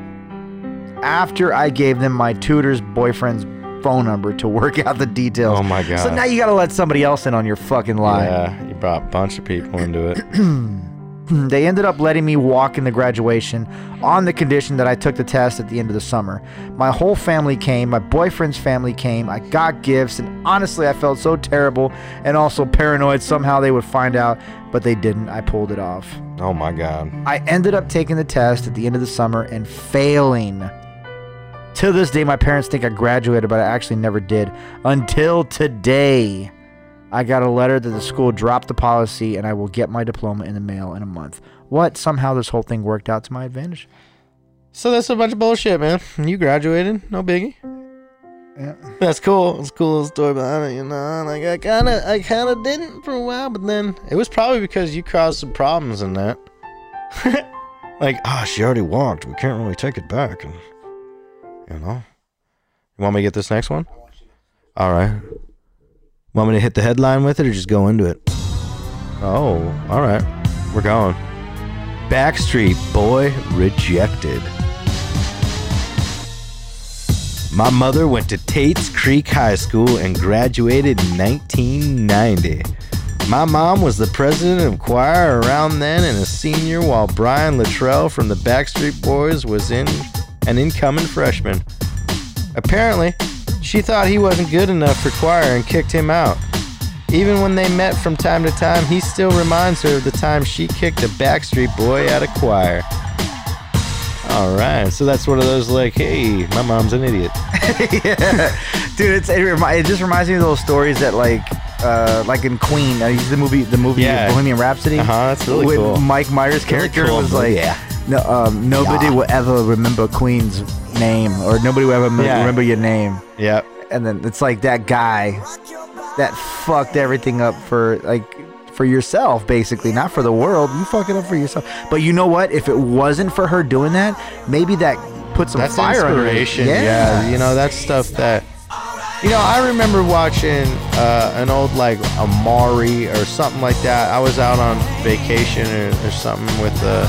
[SPEAKER 1] after I gave them my tutor's boyfriend's phone number to work out the details.
[SPEAKER 2] Oh my
[SPEAKER 1] So
[SPEAKER 2] God.
[SPEAKER 1] now you gotta let somebody else in on your fucking lie.
[SPEAKER 2] yeah, you brought a bunch of people into it.
[SPEAKER 1] they ended up letting me walk in the graduation on the condition that I took the test at the end of the summer. My whole family came, my boyfriend's family came, I got gifts, and honestly, I felt so terrible and also paranoid somehow they would find out, but they didn't. I pulled it off.
[SPEAKER 2] Oh my god.
[SPEAKER 1] I ended up taking the test at the end of the summer and failing. To this day, my parents think I graduated, but I actually never did. Until today, I got a letter that the school dropped the policy and I will get my diploma in the mail in a month. What? Somehow this whole thing worked out to my advantage.
[SPEAKER 2] So that's a bunch of bullshit, man. You graduated, no biggie.
[SPEAKER 1] Yeah.
[SPEAKER 2] That's cool. It's a cool little story behind it, you know. Like I kind of, I kind of didn't for a while, but then it was probably because you caused some problems in that. like, ah, she already walked. We can't really take it back, and you know. You want me to get this next one? All right. Want me to hit the headline with it or just go into it? Oh, all right. We're going. Backstreet Boy rejected. My mother went to Tate's Creek High School and graduated in 1990. My mom was the president of choir around then and a senior, while Brian Luttrell from the Backstreet Boys was in an incoming freshman. Apparently, she thought he wasn't good enough for choir and kicked him out. Even when they met from time to time, he still reminds her of the time she kicked a Backstreet Boy out of choir. All right, so that's one of those like, hey, my mom's an idiot.
[SPEAKER 1] yeah, dude, it's, it, remi- it just reminds me of those stories that like, uh, like in Queen, uh, the movie, the movie
[SPEAKER 2] Yeah.
[SPEAKER 1] Bohemian Rhapsody.
[SPEAKER 2] Uh-huh, that's really
[SPEAKER 1] when
[SPEAKER 2] cool.
[SPEAKER 1] Mike Myers'
[SPEAKER 2] Really
[SPEAKER 1] character
[SPEAKER 2] cool
[SPEAKER 1] was like,
[SPEAKER 2] movie, yeah.
[SPEAKER 1] no, um, nobody will ever remember Queen's name, or nobody will ever m-
[SPEAKER 2] Yeah.
[SPEAKER 1] remember your name.
[SPEAKER 2] Yep.
[SPEAKER 1] And then it's like that guy that fucked everything up for like for yourself basically not for the world you fuck it up for yourself but you know what if it wasn't for her doing that maybe that put some
[SPEAKER 2] That's
[SPEAKER 1] fire under it.
[SPEAKER 2] inspiration. Yeah. you know that's stuff that. You know, I remember watching uh, an old like Amari or something like that. I was out on vacation or, or something with a,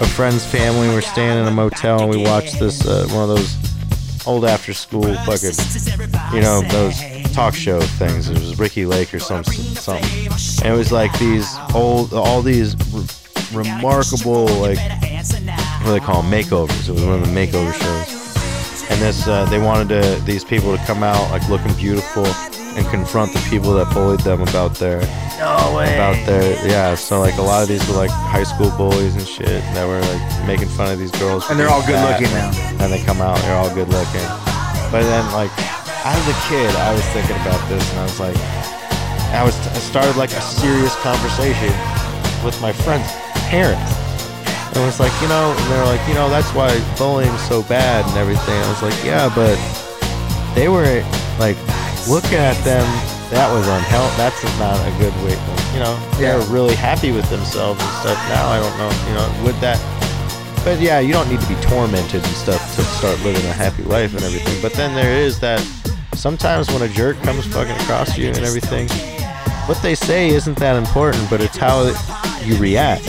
[SPEAKER 2] a friend's family. We're staying in a motel and we watched this uh, one of those old after school fucking you know those talk show things. It was Ricky Lake or some something. And it was like these old, all these re- remarkable like what do they call 'em? makeovers. It was one of the makeover shows. And this, uh, they wanted to, these people to come out like looking beautiful and confront the people that bullied them about their, no way. about their, yeah. So like a lot of these were like high school bullies and shit that were like making fun of these girls. for
[SPEAKER 1] And they're
[SPEAKER 2] being
[SPEAKER 1] all good
[SPEAKER 2] fat.
[SPEAKER 1] looking now.
[SPEAKER 2] And they come out, they're all good looking. But then like, as a kid, I was thinking about this and I was like, I was, I started like a serious conversation with my friend's parents. And it was like, you know, and they were like, you know, that's why bullying's so bad and everything. I was like, yeah, but they were like looking at them. That was unhealthy. That's not a good way. You know, they're
[SPEAKER 1] Yeah.
[SPEAKER 2] really happy with themselves and stuff. Now I don't know. You know, would that? But yeah, you don't need to be tormented and stuff to start living a happy life and everything. But then there is that. Sometimes when a jerk comes fucking across you and everything, what they say isn't that important, but it's how you react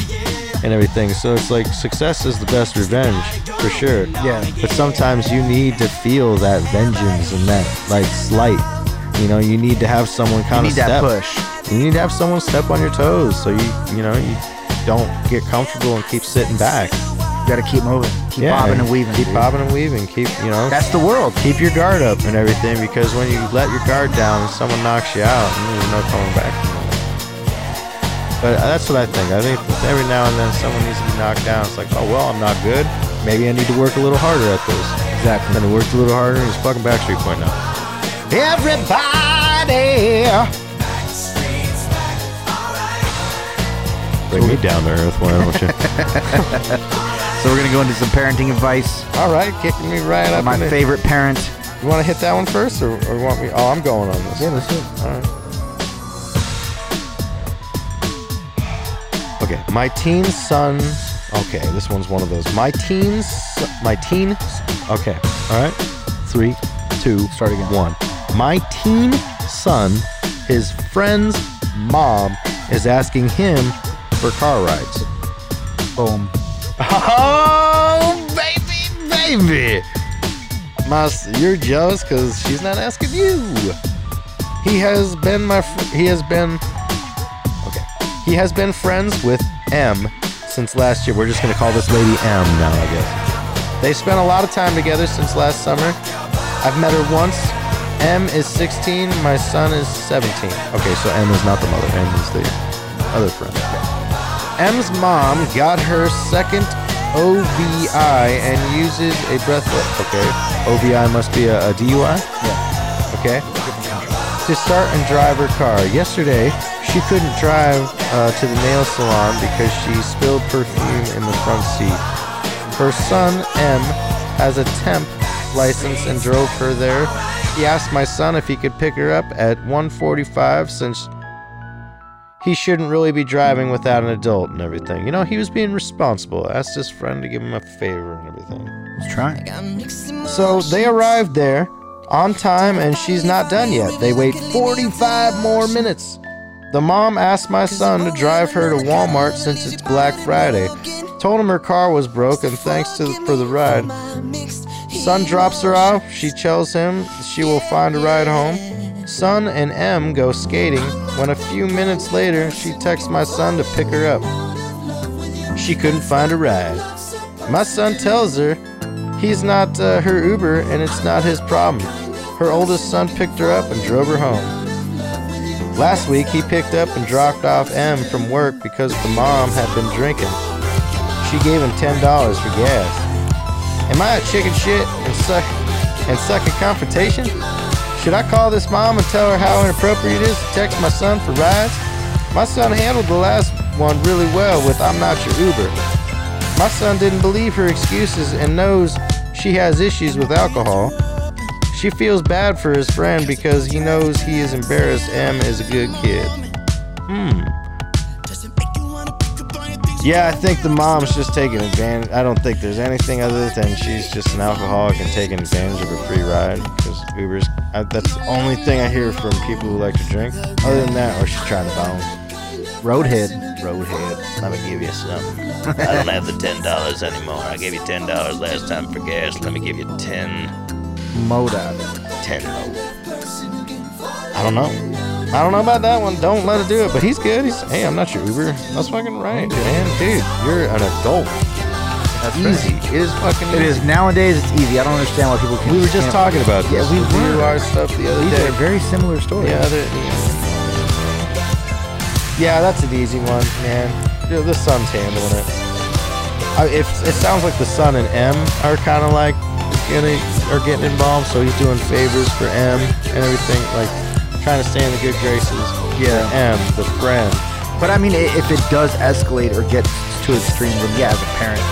[SPEAKER 2] and everything. So it's like success is the best revenge for sure.
[SPEAKER 1] Yeah.
[SPEAKER 2] But sometimes you need to feel that vengeance and that like slight. You know, you need to have someone
[SPEAKER 1] you
[SPEAKER 2] kind
[SPEAKER 1] need
[SPEAKER 2] of
[SPEAKER 1] that
[SPEAKER 2] step.
[SPEAKER 1] push
[SPEAKER 2] You need to have someone step on your toes so you you know you don't get comfortable and keep sitting back.
[SPEAKER 1] you gotta keep moving keep
[SPEAKER 2] Yeah,
[SPEAKER 1] bobbing and weaving
[SPEAKER 2] Keep
[SPEAKER 1] dude.
[SPEAKER 2] bobbing and weaving. Keep you know.
[SPEAKER 1] that's the world
[SPEAKER 2] keep your guard up and everything because when you let your guard down and someone knocks you out and there's no coming back from that. But uh, that's what I think. I think that every now and then someone needs to be knocked down. It's like, oh well, I'm not good. Maybe I need to work a little harder at this. Exactly. Then he worked a little harder and he's fucking Backstreet Boy now. Everybody. Bring me down to earth, why don't you?
[SPEAKER 1] so we're gonna go into some parenting advice
[SPEAKER 2] All right, kicking me right up.
[SPEAKER 1] my
[SPEAKER 2] in it.
[SPEAKER 1] favorite parent
[SPEAKER 2] You want to hit that one first, or, or want me? Oh, I'm going on this.
[SPEAKER 1] that's it
[SPEAKER 2] Okay, my teen son. Okay, this one's one of those. My teen, s- my teen. s- Okay, all right. Three, two,
[SPEAKER 1] Start again.
[SPEAKER 2] One. My teen son, his friend's mom is asking him for car rides.
[SPEAKER 1] boom
[SPEAKER 2] Oh, baby, baby. My, s- you're jealous because she's not asking you. He has been my. Fr- he has been. Okay. He has been friends with M since last year. We're just going to call this lady M now, I guess. They spent a lot of time together since last summer. I've met her once. M is 16. My son is 17. Okay, so M is not the mother. M is the other friend. Okay. M's mom got her second OVI and uses a breathalyzer. Okay, OVI must be a, a DUI. Okay. To start and drive her car. Yesterday, she couldn't drive uh, to the nail salon because she spilled perfume in the front seat. Her son, M, has a temp license and drove her there. He asked my son if he could pick her up at 145 since he shouldn't really be driving without an adult and everything. You know, he was being responsible. Asked his friend to give him a favor and everything.
[SPEAKER 1] Let's try it.
[SPEAKER 2] So they arrived there on time and she's not done yet. They wait 45 more minutes. The mom asked my son to drive her to Walmart since it's Black Friday. Told him her car was broken thanks to for the ride. Son drops her off. She tells him she will find a ride home. Son and M go skating when a few minutes later she texts my son to pick her up. She couldn't find a ride. My son tells her he's not uh, her Uber and it's not his problem. Her oldest son picked her up and drove her home. Last week, he picked up and dropped off M from work because the mom had been drinking. She gave him $10 for gas. Am I a chicken shit and suck and suck a confrontation? Should I call this mom and tell her how inappropriate it is to text my son for rides? My son handled the last one really well with I'm not your Uber. My son didn't believe her excuses and knows she has issues with alcohol. She feels bad for his friend because he knows he is embarrassed M is a good kid. Yeah, I think the mom's just taking advantage. I don't think there's anything other than she's just an alcoholic and taking advantage of a free ride. Because Uber's, I, that's the only thing I hear from people who like to drink. Other than that, or she's trying to balance.
[SPEAKER 1] Roadhead.
[SPEAKER 2] Roadhead, let me give you something.
[SPEAKER 4] I don't have the $10 anymore. I gave you $10 last time for gas. Let me give you 10
[SPEAKER 1] Moda.
[SPEAKER 4] 10 more.
[SPEAKER 2] I don't know. I don't know about that one. Don't let it do it. But he's good. He's hey, I'm not your Uber. That's fucking right, man, dude. You're an adult. That's easy. It is fucking.
[SPEAKER 1] It is nowadays. It's easy. I don't understand why people. Can,
[SPEAKER 2] We were just
[SPEAKER 1] can't-
[SPEAKER 2] talking about
[SPEAKER 1] Yeah,
[SPEAKER 2] this.
[SPEAKER 1] we
[SPEAKER 2] the
[SPEAKER 1] were.
[SPEAKER 2] DUI stuff the other
[SPEAKER 1] These
[SPEAKER 2] day.
[SPEAKER 1] are very similar stories.
[SPEAKER 2] Yeah, they're- yeah, that's an easy one, man. Yeah, the sun's handling it. I, if it sounds like the sun and M are kind of like getting are getting involved, so he's doing favors for M and everything, like trying to stay in the good graces.
[SPEAKER 1] Yeah.
[SPEAKER 2] for M, the friend.
[SPEAKER 1] But I mean, i- if it does escalate or gets to extreme, then yeah, as a parent,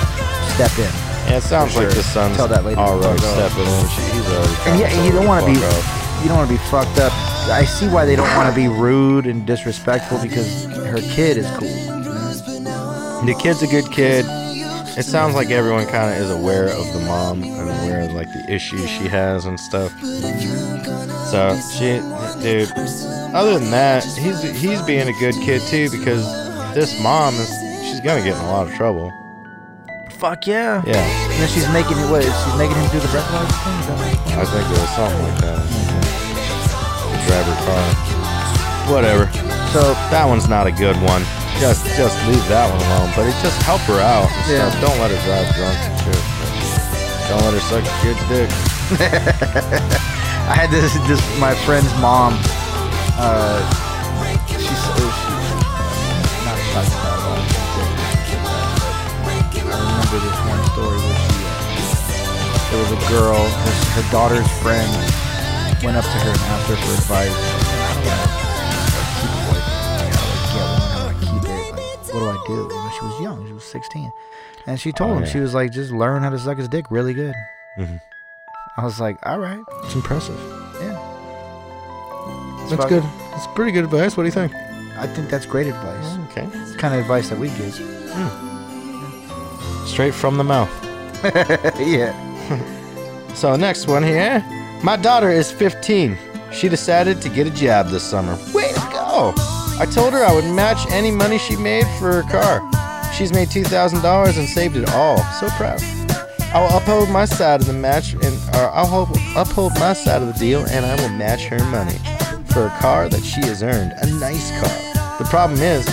[SPEAKER 1] step in.
[SPEAKER 2] Yeah, it sounds
[SPEAKER 1] For
[SPEAKER 2] like
[SPEAKER 1] sure.
[SPEAKER 2] the sun's
[SPEAKER 1] Tell that lady to
[SPEAKER 2] already
[SPEAKER 1] fuck off.
[SPEAKER 2] stepping in. She, he's already.
[SPEAKER 1] And yeah, you don't want to
[SPEAKER 2] fuck
[SPEAKER 1] be,
[SPEAKER 2] off.
[SPEAKER 1] you don't want to be fucked up. I see why they don't want to be rude and disrespectful because her kid is cool.
[SPEAKER 2] The kid's a good kid. It sounds like everyone kind of is aware of the mom and aware of like the issues she has and stuff. So she, dude. Other than that, he's he's being a good kid too because this mom is she's gonna get in a lot of trouble.
[SPEAKER 1] Fuck yeah.
[SPEAKER 2] Yeah,
[SPEAKER 1] And then she's making it. What? She's making him do the breathalyzer thing. Is that what-
[SPEAKER 2] I think it was something like that. Drive her car. Whatever.
[SPEAKER 1] So
[SPEAKER 2] That one's not a good one. Just just leave that one alone. But it just help her out. and
[SPEAKER 1] Yeah.
[SPEAKER 2] stuff. Don't let her drive drunk and shit. Don't let her suck a kid's dick.
[SPEAKER 1] I had this this my friend's mom. Uh, she's oh, she, not talking about a lot of things, but I remember this one story where she uh, there was a girl, her, her daughter's friend went up to her and asked her for advice. And I don't know, like, keep a boyfriend. I gotta, like, get one. I gotta keep it. Like, what do I do? You know, she was young. She was 16, and she told
[SPEAKER 2] Oh,
[SPEAKER 1] him
[SPEAKER 2] yeah.
[SPEAKER 1] she was like, just learn how to suck his dick really good.
[SPEAKER 2] Mhm.
[SPEAKER 1] I was like, all right, it's impressive. Yeah, It's
[SPEAKER 2] That's
[SPEAKER 1] fuck-
[SPEAKER 2] good. That's pretty good advice. What do you think?
[SPEAKER 1] I think that's great advice.
[SPEAKER 2] Okay.
[SPEAKER 1] It's the kind of advice that we give.
[SPEAKER 2] Straight from the mouth.
[SPEAKER 1] yeah.
[SPEAKER 2] So next one here. My daughter is 15. She decided to get a job this summer. Way to go! I told her I would match any money she made for her car. She's made $2,000 and saved it all. So proud. I will uphold my side of the match, and or I'll hold, uphold my side of the deal, and I will match her money for a car that she has earned. A nice car. The problem is,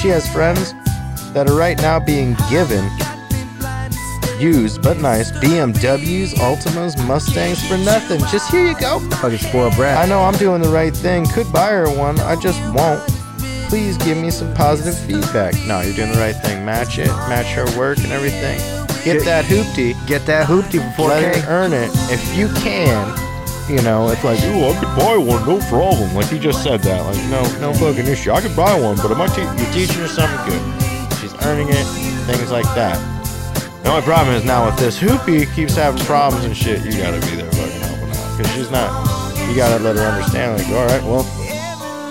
[SPEAKER 2] she has friends that are right now being given used but nice BMWs, Ultimas, Mustangs for nothing. Just here you go.
[SPEAKER 1] Fucking spoiled
[SPEAKER 2] I
[SPEAKER 1] brat.
[SPEAKER 2] know I'm doing the right thing. Could buy her one. I just won't. Please give me some positive feedback. No, you're doing the right thing. Match it. Match her work and everything. Get that hoopty.
[SPEAKER 1] Get that hoopty before
[SPEAKER 2] Let her
[SPEAKER 1] K.
[SPEAKER 2] earn it if you can. You know, it's like, ooh, I could buy one, no problem. Like he just said that. Like, no, no fucking issue. I could buy one, but am I te- you're teaching her something good. She's earning it. Things like that. The only problem is now with this hoopy keeps having problems and shit. You gotta be there fucking helping out because she's not. You gotta let her understand. Like, all right, well,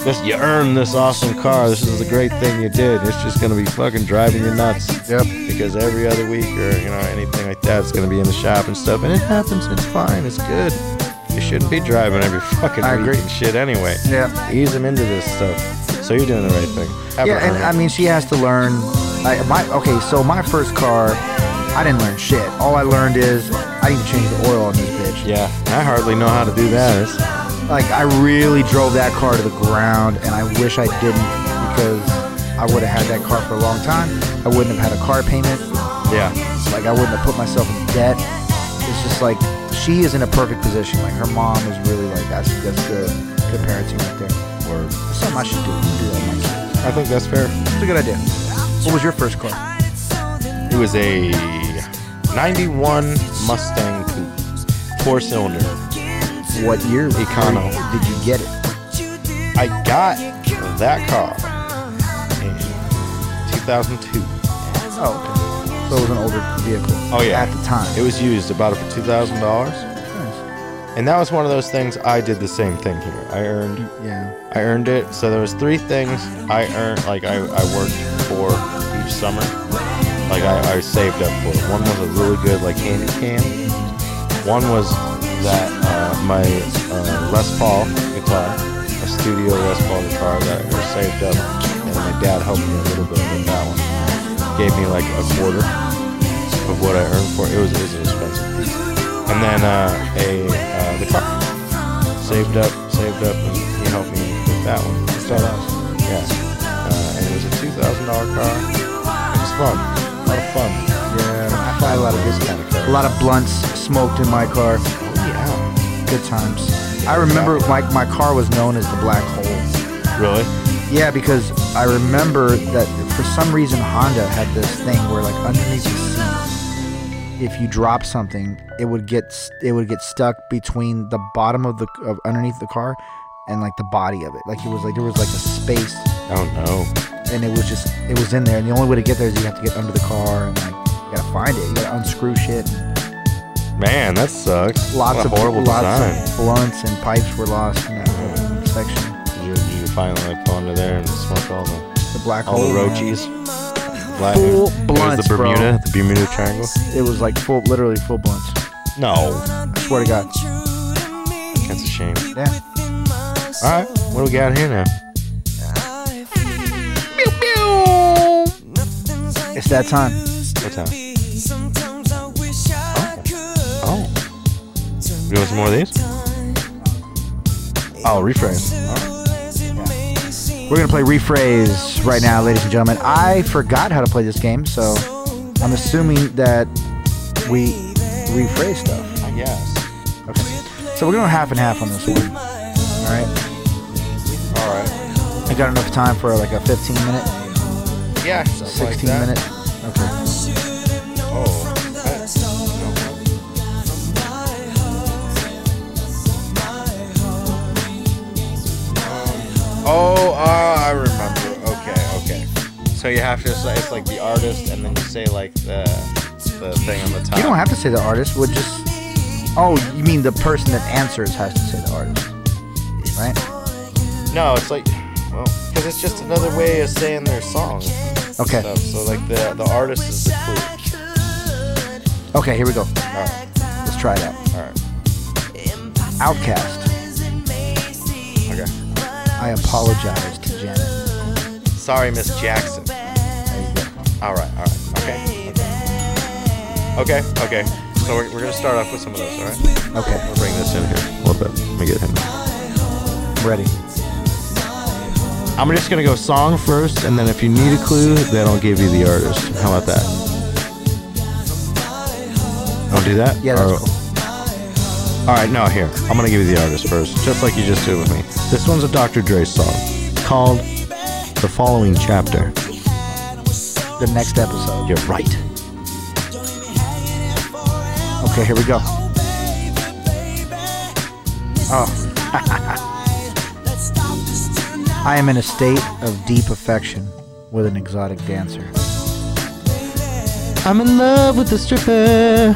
[SPEAKER 2] this you earned this awesome car. This is a great thing you did. It's just gonna be fucking driving you nuts.
[SPEAKER 1] Yep.
[SPEAKER 2] Because every other week or you know anything like that, it's gonna be in the shop and stuff. And it happens. It's fine. It's good. You shouldn't be driving every fucking
[SPEAKER 1] I
[SPEAKER 2] week
[SPEAKER 1] agree.
[SPEAKER 2] and shit anyway.
[SPEAKER 1] Yeah.
[SPEAKER 2] Ease them into this stuff. So you're doing the right thing. Have her
[SPEAKER 1] Yeah, and
[SPEAKER 2] earn it.
[SPEAKER 1] I mean, she has to learn. I, my okay, so my first car, I didn't learn shit. All I learned is I need to change the oil on this bitch.
[SPEAKER 2] yeah, I hardly know how to do that. It's-
[SPEAKER 1] Like I really drove that car to the ground, and I wish I didn't because I would have had that car for a long time. I wouldn't have had a car payment.
[SPEAKER 2] yeah.
[SPEAKER 1] Like I wouldn't have put myself in debt. It's just like she is in a perfect position. Like her mom is really like that's that's good good parenting right there.
[SPEAKER 2] Word.
[SPEAKER 1] Something I should do. Do that, with my kids.
[SPEAKER 2] I think that's fair.
[SPEAKER 1] It's a good idea. What was your first car?
[SPEAKER 2] It was a 91 Mustang Coupe, four cylinder.
[SPEAKER 1] What year?
[SPEAKER 2] Econo.
[SPEAKER 1] Did you get it?
[SPEAKER 2] I got that car in 2002.
[SPEAKER 1] Oh, okay. So it was an older vehicle.
[SPEAKER 2] Oh, yeah.
[SPEAKER 1] At the time.
[SPEAKER 2] It was used about for $2,000.
[SPEAKER 1] Nice.
[SPEAKER 2] And that was one of those things I did the same thing here. I earned
[SPEAKER 1] Yeah.
[SPEAKER 2] I earned it. So there was three things I earned, like I, I worked for each summer. Like I, I saved up for. it. One was a really good like candy can. One was that uh, my uh, Les Paul guitar, a studio Les Paul guitar that I saved up, and my dad helped me a little bit with that one. Gave me like a quarter of what I earned for it. It was, it was an expensive piece. And then uh, a uh, the car saved up, saved up, and he helped me with that one. Start out. Yeah. Uh, and it was a two thousand dollar car. It was fun. A lot of fun.
[SPEAKER 1] Yeah. I bought a lot of
[SPEAKER 2] This
[SPEAKER 1] this.
[SPEAKER 2] kind of car.
[SPEAKER 1] A lot of blunts smoked in my car.
[SPEAKER 2] Yeah.
[SPEAKER 1] Good times. I remember my, my car was known as the black hole.
[SPEAKER 2] Really?
[SPEAKER 1] Yeah, because I remember that for some reason Honda had this thing where like underneath the seat, if you drop something, it would get s- it would get stuck between the bottom of the of underneath the car and like the body of it. Like it was like there was like a space
[SPEAKER 2] Oh no.
[SPEAKER 1] and it was just it was in there and the only way to get there is you have to get under the car and like you gotta find it. You gotta unscrew shit.
[SPEAKER 2] Man, that sucks.
[SPEAKER 1] Lots
[SPEAKER 2] What a
[SPEAKER 1] of
[SPEAKER 2] horrible
[SPEAKER 1] lots
[SPEAKER 2] design.
[SPEAKER 1] of blunts and pipes were lost in that whole section.
[SPEAKER 2] Did you, did you finally like go under there and smoke all the
[SPEAKER 1] The black
[SPEAKER 2] all
[SPEAKER 1] hole.
[SPEAKER 2] the roaches? Black-
[SPEAKER 1] Full
[SPEAKER 2] it was
[SPEAKER 1] blunts,
[SPEAKER 2] the
[SPEAKER 1] bro.
[SPEAKER 2] Bermuda, the Bermuda Triangle.
[SPEAKER 1] It was like full literally full blunts.
[SPEAKER 2] No,
[SPEAKER 1] I swear to God.
[SPEAKER 2] that's a shame.
[SPEAKER 1] Yeah.
[SPEAKER 2] All right, what do we got here now?
[SPEAKER 1] It's that time.
[SPEAKER 2] What time? Oh. oh. You want some more of these? Oh, rephrase.
[SPEAKER 1] We're gonna play rephrase right now, ladies and gentlemen. I forgot how to play this game, so I'm assuming that we rephrase stuff.
[SPEAKER 2] I guess.
[SPEAKER 1] Okay. So we're going half and half on this one. All right.
[SPEAKER 2] All right.
[SPEAKER 1] I got enough time for like a 15 minute,
[SPEAKER 2] Yeah.
[SPEAKER 1] 16 minute. Okay.
[SPEAKER 2] Oh. Oh, uh, I remember. Okay, okay. So you have to say it's like the artist, and then you say like the the thing on the top.
[SPEAKER 1] You don't have to say the artist. We'll just. Oh, you mean the person that answers has to say the artist, right?
[SPEAKER 2] No, it's like, well, because it's just another way of saying their song.
[SPEAKER 1] Okay.
[SPEAKER 2] So, so, like the the artist is the clue.
[SPEAKER 1] Okay. Here we go.
[SPEAKER 2] All right,
[SPEAKER 1] Let's try it out.
[SPEAKER 2] all right,
[SPEAKER 1] Outcast.
[SPEAKER 2] okay.
[SPEAKER 1] I apologize to Janet.
[SPEAKER 2] Sorry, Miss Jackson.
[SPEAKER 1] There you go.
[SPEAKER 2] All right, all right, okay, okay, okay. okay. So we're, we're gonna start off with some of those. All right.
[SPEAKER 1] Okay.
[SPEAKER 2] We'll bring this in here a little bit. Let me get him.
[SPEAKER 1] I'm ready.
[SPEAKER 2] I'm just gonna go song first, and then if you need a clue, then I'll give you the artist. How about that? I'll do that.
[SPEAKER 1] Yeah, that's
[SPEAKER 2] Or- All right, no, here I'm gonna give you the artist first, just like you just did with me. This one's a Dr. Dre song called "The Following Chapter."
[SPEAKER 1] The next episode.
[SPEAKER 2] You're right.
[SPEAKER 1] Okay, here we go. Oh. I am in a state of deep affection with an exotic dancer.
[SPEAKER 2] I'm in love with the stripper.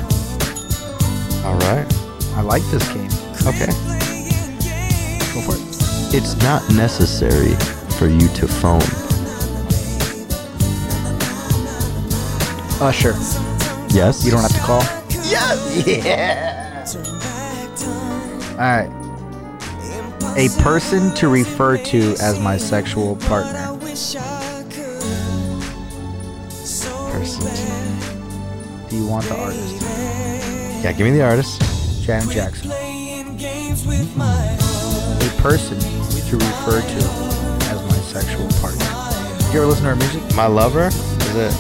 [SPEAKER 2] All right.
[SPEAKER 1] I like this game.
[SPEAKER 2] Okay.
[SPEAKER 1] Go for it.
[SPEAKER 2] It's not necessary for you to phone.
[SPEAKER 1] Usher.
[SPEAKER 2] Yes.
[SPEAKER 1] You don't have to call? Yes! Yeah! Alright. A person to refer to as my sexual partner.
[SPEAKER 2] Person.
[SPEAKER 1] Do you want the artist?
[SPEAKER 2] Yeah, give me the artist.
[SPEAKER 1] Janet Jackson. A person to refer to as my sexual partner. You ever listen to her music?
[SPEAKER 2] My lover. Is it?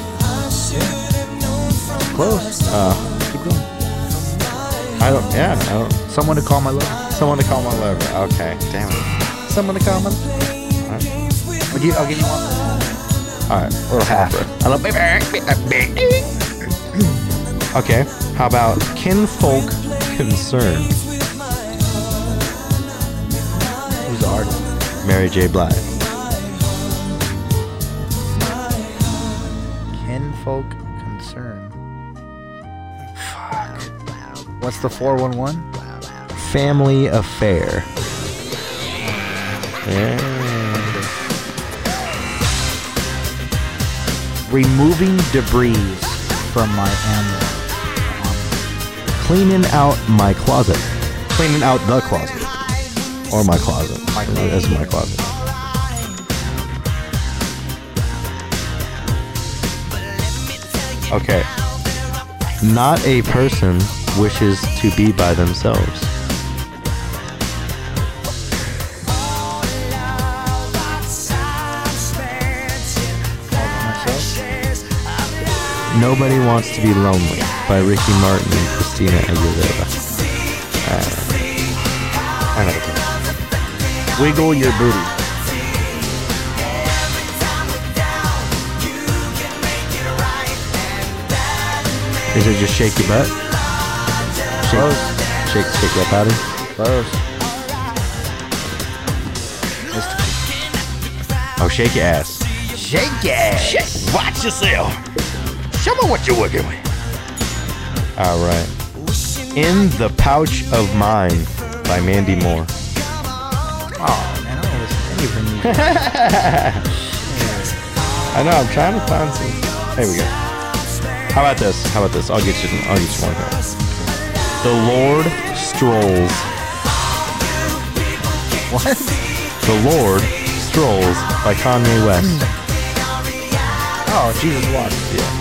[SPEAKER 1] Close.
[SPEAKER 2] Uh,
[SPEAKER 1] Keep going.
[SPEAKER 2] I don't. Yeah, I don't.
[SPEAKER 1] Someone to call my love.
[SPEAKER 2] Someone to call my lover. Okay. Damn it.
[SPEAKER 1] Someone to call my love. I'll give, I'll give you one.
[SPEAKER 2] All right. Little half.
[SPEAKER 1] I love baby.
[SPEAKER 2] Okay. How about kinfolk concern?
[SPEAKER 1] Who's the artist?
[SPEAKER 2] Mary J. Blige.
[SPEAKER 1] Kinfolk concern. Fuck. What's the 411?
[SPEAKER 2] Family affair. Yeah.
[SPEAKER 1] removing debris from my animal.
[SPEAKER 2] Cleaning out my closet. Cleaning out the closet. Or my closet.
[SPEAKER 1] My closet.
[SPEAKER 2] That's my closet. Okay. Not a person wishes to be by themselves. Nobody Wants to Be Lonely by Ricky Martin and Christina Aguilera. Uh, I know.
[SPEAKER 1] Wiggle your booty.
[SPEAKER 2] Is it just shake your butt? Shake, shake, shake your body.
[SPEAKER 1] Close.
[SPEAKER 2] Oh, shake your ass. Shake your ass. Watch yourself. Show me what you're working with. All right. In the Pouch of Mine by Mandy Moore.
[SPEAKER 1] Oh man, I don't listen to any of her music.
[SPEAKER 2] I know. I'm trying to find some. There we go. How about this? How about this? I'll get you. I'll get you one. Here. The Lord strolls.
[SPEAKER 1] what?
[SPEAKER 2] The Lord strolls by Kanye West.
[SPEAKER 1] Oh, Jesus walks.
[SPEAKER 2] Yeah.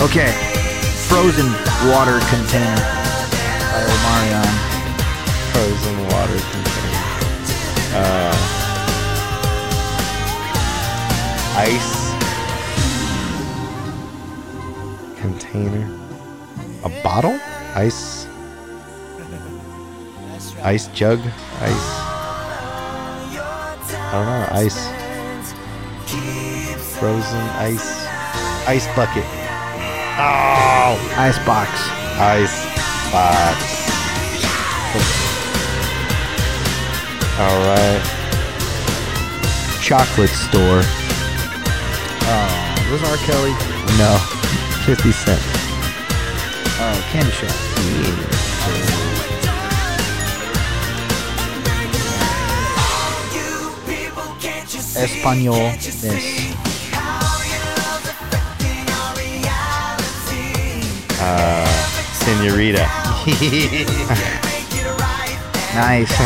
[SPEAKER 1] Okay. Frozen water container by Omarion.
[SPEAKER 2] Frozen water container. Uh, ice container. A bottle? Ice. Ice jug. Ice. I don't know. Ice. Frozen ice. Ice bucket. Oh!
[SPEAKER 1] Ice box.
[SPEAKER 2] Ice box. All right. Chocolate store.
[SPEAKER 1] Oh, this R. Kelly.
[SPEAKER 2] No. 50 cent.
[SPEAKER 1] Oh, candy shop. Espanol. This.
[SPEAKER 2] Senorita.
[SPEAKER 1] Nice.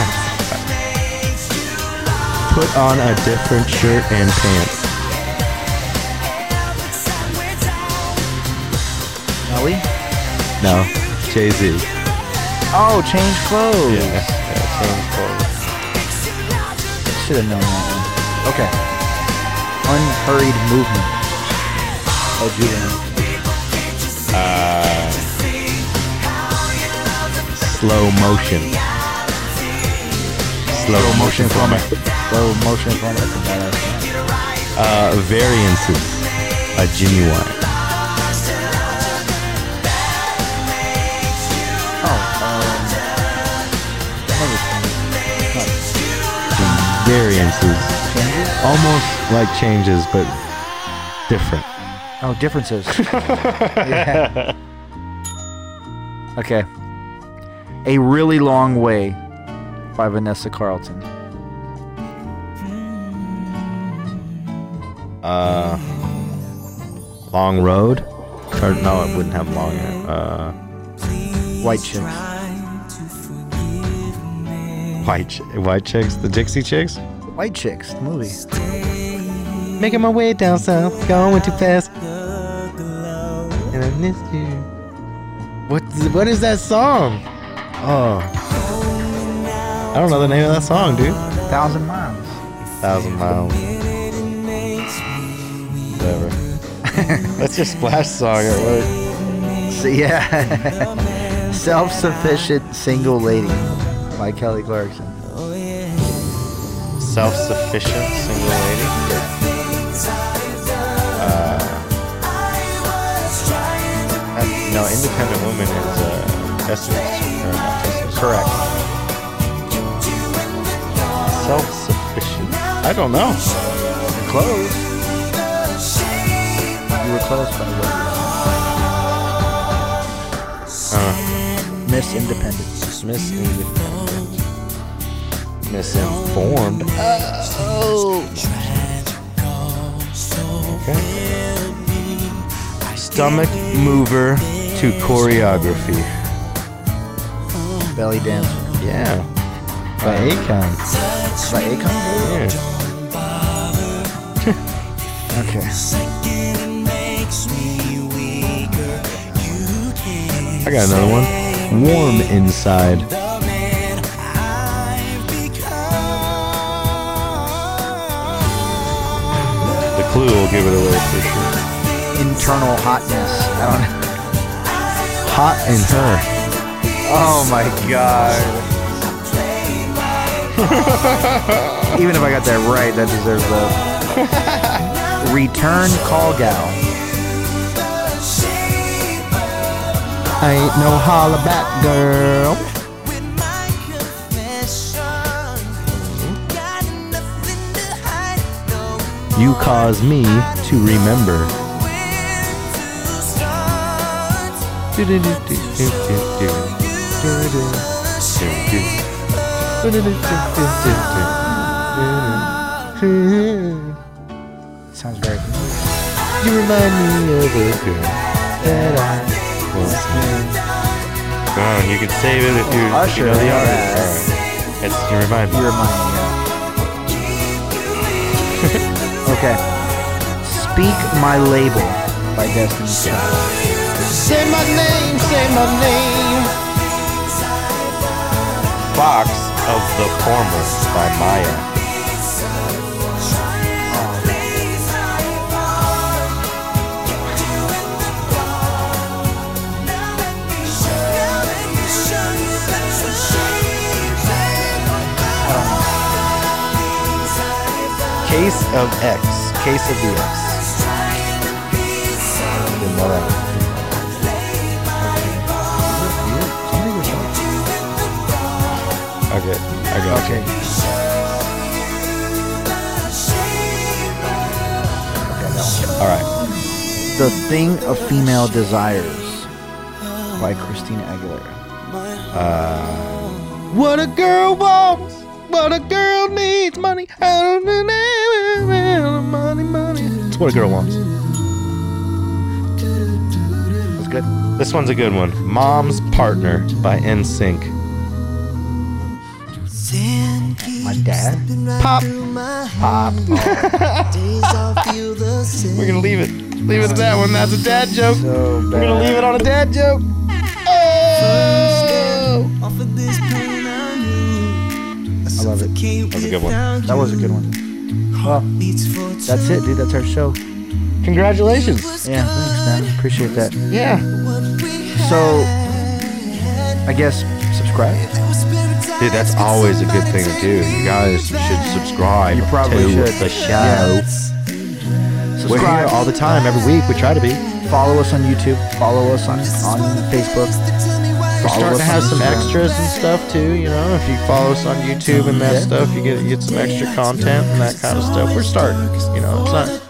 [SPEAKER 2] Put on a different shirt and pants.
[SPEAKER 1] Ellie.
[SPEAKER 2] No. Jay Z.
[SPEAKER 1] Oh, change clothes.
[SPEAKER 2] Yeah, yeah, change clothes.
[SPEAKER 1] Should have known that one. Okay. Unhurried movement. Oh, Judah.
[SPEAKER 2] Slow motion. Slow motion from
[SPEAKER 1] Slow motion from That's a badass name.
[SPEAKER 2] Uh, variances. A genuine.
[SPEAKER 1] Oh, um, what was it called?
[SPEAKER 2] Variances.
[SPEAKER 1] Changes?
[SPEAKER 2] Almost like changes, but different.
[SPEAKER 1] Oh, differences. Yeah. Okay. A Really Long Way by Vanessa Carlton.
[SPEAKER 2] Uh, long road. Or, no, it wouldn't have long. in it. Uh,
[SPEAKER 1] White Chicks.
[SPEAKER 2] white Ch- white chicks, the Dixie chicks.
[SPEAKER 1] White Chicks, the movie.
[SPEAKER 2] Making my way down south, going too fast. And I missed you. What? What is that song? Oh, I don't know the name of that song, dude.
[SPEAKER 1] Thousand Miles.
[SPEAKER 2] Thousand miles. Whatever. That's your splash song at work.
[SPEAKER 1] So, yeah. Self sufficient single lady by Kelly Clarkson.
[SPEAKER 2] Self-sufficient single lady. Uh, and- no, independent woman is uh, Esther. or not Esther, Correct. Self-sufficient. I don't know.
[SPEAKER 1] You're close. You were close by the way.
[SPEAKER 2] Uh,
[SPEAKER 1] Miss Independent.
[SPEAKER 2] misindependent. Misinformed. Oh. Okay. Stomach mover to choreography.
[SPEAKER 1] Belly Dancer.
[SPEAKER 2] Yeah. By Akon.
[SPEAKER 1] It's like Akon?
[SPEAKER 2] Yeah.
[SPEAKER 1] Okay.
[SPEAKER 2] I got another one. Warm inside. The clue will give it away for sure.
[SPEAKER 1] Internal hotness. I don't know.
[SPEAKER 2] Hot in her.
[SPEAKER 1] Oh my god. Even if I got that right, that deserves love. Return call gal.
[SPEAKER 2] I ain't no holla back girl. You cause me to remember.
[SPEAKER 1] Sounds very familiar.
[SPEAKER 2] You remind me of a girl that I once knew. Go on, Oh, you can save it if you, if you
[SPEAKER 1] Usher,
[SPEAKER 2] know the
[SPEAKER 1] yeah.
[SPEAKER 2] artist. Alright. It's you remind me.
[SPEAKER 1] You're mine, yeah. okay. Speak my label by Destiny's Child.
[SPEAKER 2] Say my name, say my name. Box of the Former by Maya. Case of X. Case of the X. Didn't know that. Okay, I got
[SPEAKER 1] Okay. Okay, that
[SPEAKER 2] All right.
[SPEAKER 1] one. The Thing of Female Desires by Christina Aguilera.
[SPEAKER 2] What a girl wants, what a girl needs, money. I don't know, money, money. It's what a girl wants.
[SPEAKER 1] That's good.
[SPEAKER 2] This one's a good one. Mom's Partner by NSYNC.
[SPEAKER 1] My dad?
[SPEAKER 2] Pop. Pop. We're gonna leave it. Leave it at that one. That's a dad joke.
[SPEAKER 1] So
[SPEAKER 2] We're gonna
[SPEAKER 1] bad.
[SPEAKER 2] leave it on a dad joke. Oh!
[SPEAKER 5] of this pain I knew. I
[SPEAKER 1] love it.
[SPEAKER 5] That's
[SPEAKER 6] a good one.
[SPEAKER 1] That was a good one. Well,
[SPEAKER 5] one.
[SPEAKER 1] that's it, dude. That's our show.
[SPEAKER 2] Congratulations.
[SPEAKER 1] Yeah, thanks, man. Appreciate that.
[SPEAKER 2] Yeah.
[SPEAKER 1] So, I guess subscribe.
[SPEAKER 6] Dude, that's always a good thing to do. You guys should subscribe.
[SPEAKER 1] You probably
[SPEAKER 6] to
[SPEAKER 1] should.
[SPEAKER 6] The show.
[SPEAKER 1] Yeah.
[SPEAKER 6] We're here
[SPEAKER 1] Subscribe.
[SPEAKER 6] all the time, every week. We try to be.
[SPEAKER 1] follow us on YouTube. Follow us on on Facebook.
[SPEAKER 2] We're
[SPEAKER 1] Follow
[SPEAKER 2] starting
[SPEAKER 1] us
[SPEAKER 2] to
[SPEAKER 1] on
[SPEAKER 2] have some
[SPEAKER 1] Instagram.
[SPEAKER 2] extras and stuff too. You know, if you follow us on YouTube and that
[SPEAKER 1] Yeah.
[SPEAKER 2] stuff, you get you get some extra content and that kind of stuff. We're starting. You know, it's not.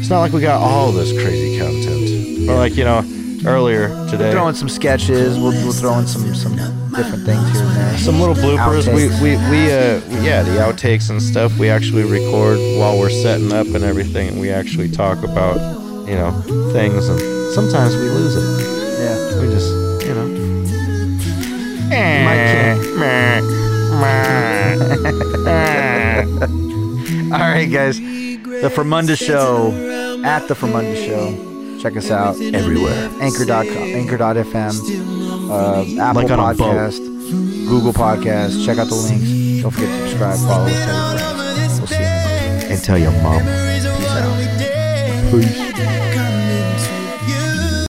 [SPEAKER 2] It's not like we got all this crazy content. Or like you know, earlier today,
[SPEAKER 1] Throw in some sketches. We'll, we'll throw in some some different things here and there.
[SPEAKER 2] some little bloopers. We
[SPEAKER 1] Outtakes.
[SPEAKER 2] we we uh yeah, the outtakes and stuff. We actually record while we're setting up and everything. And we actually talk about you know things and sometimes we lose it.
[SPEAKER 1] yeah.
[SPEAKER 2] We just you know.
[SPEAKER 1] All right, guys. The Formunda Show at the Formunda Show. Check us out everywhere. Anchor.com, anchor.fm, uh, Apple
[SPEAKER 2] Like on a boat.
[SPEAKER 1] Podcast, Google Podcast. Check out the links. Don't forget to subscribe, follow us, tell your friends. We'll see you. next time.
[SPEAKER 6] And tell your mom.
[SPEAKER 1] Peace out.
[SPEAKER 6] Peace.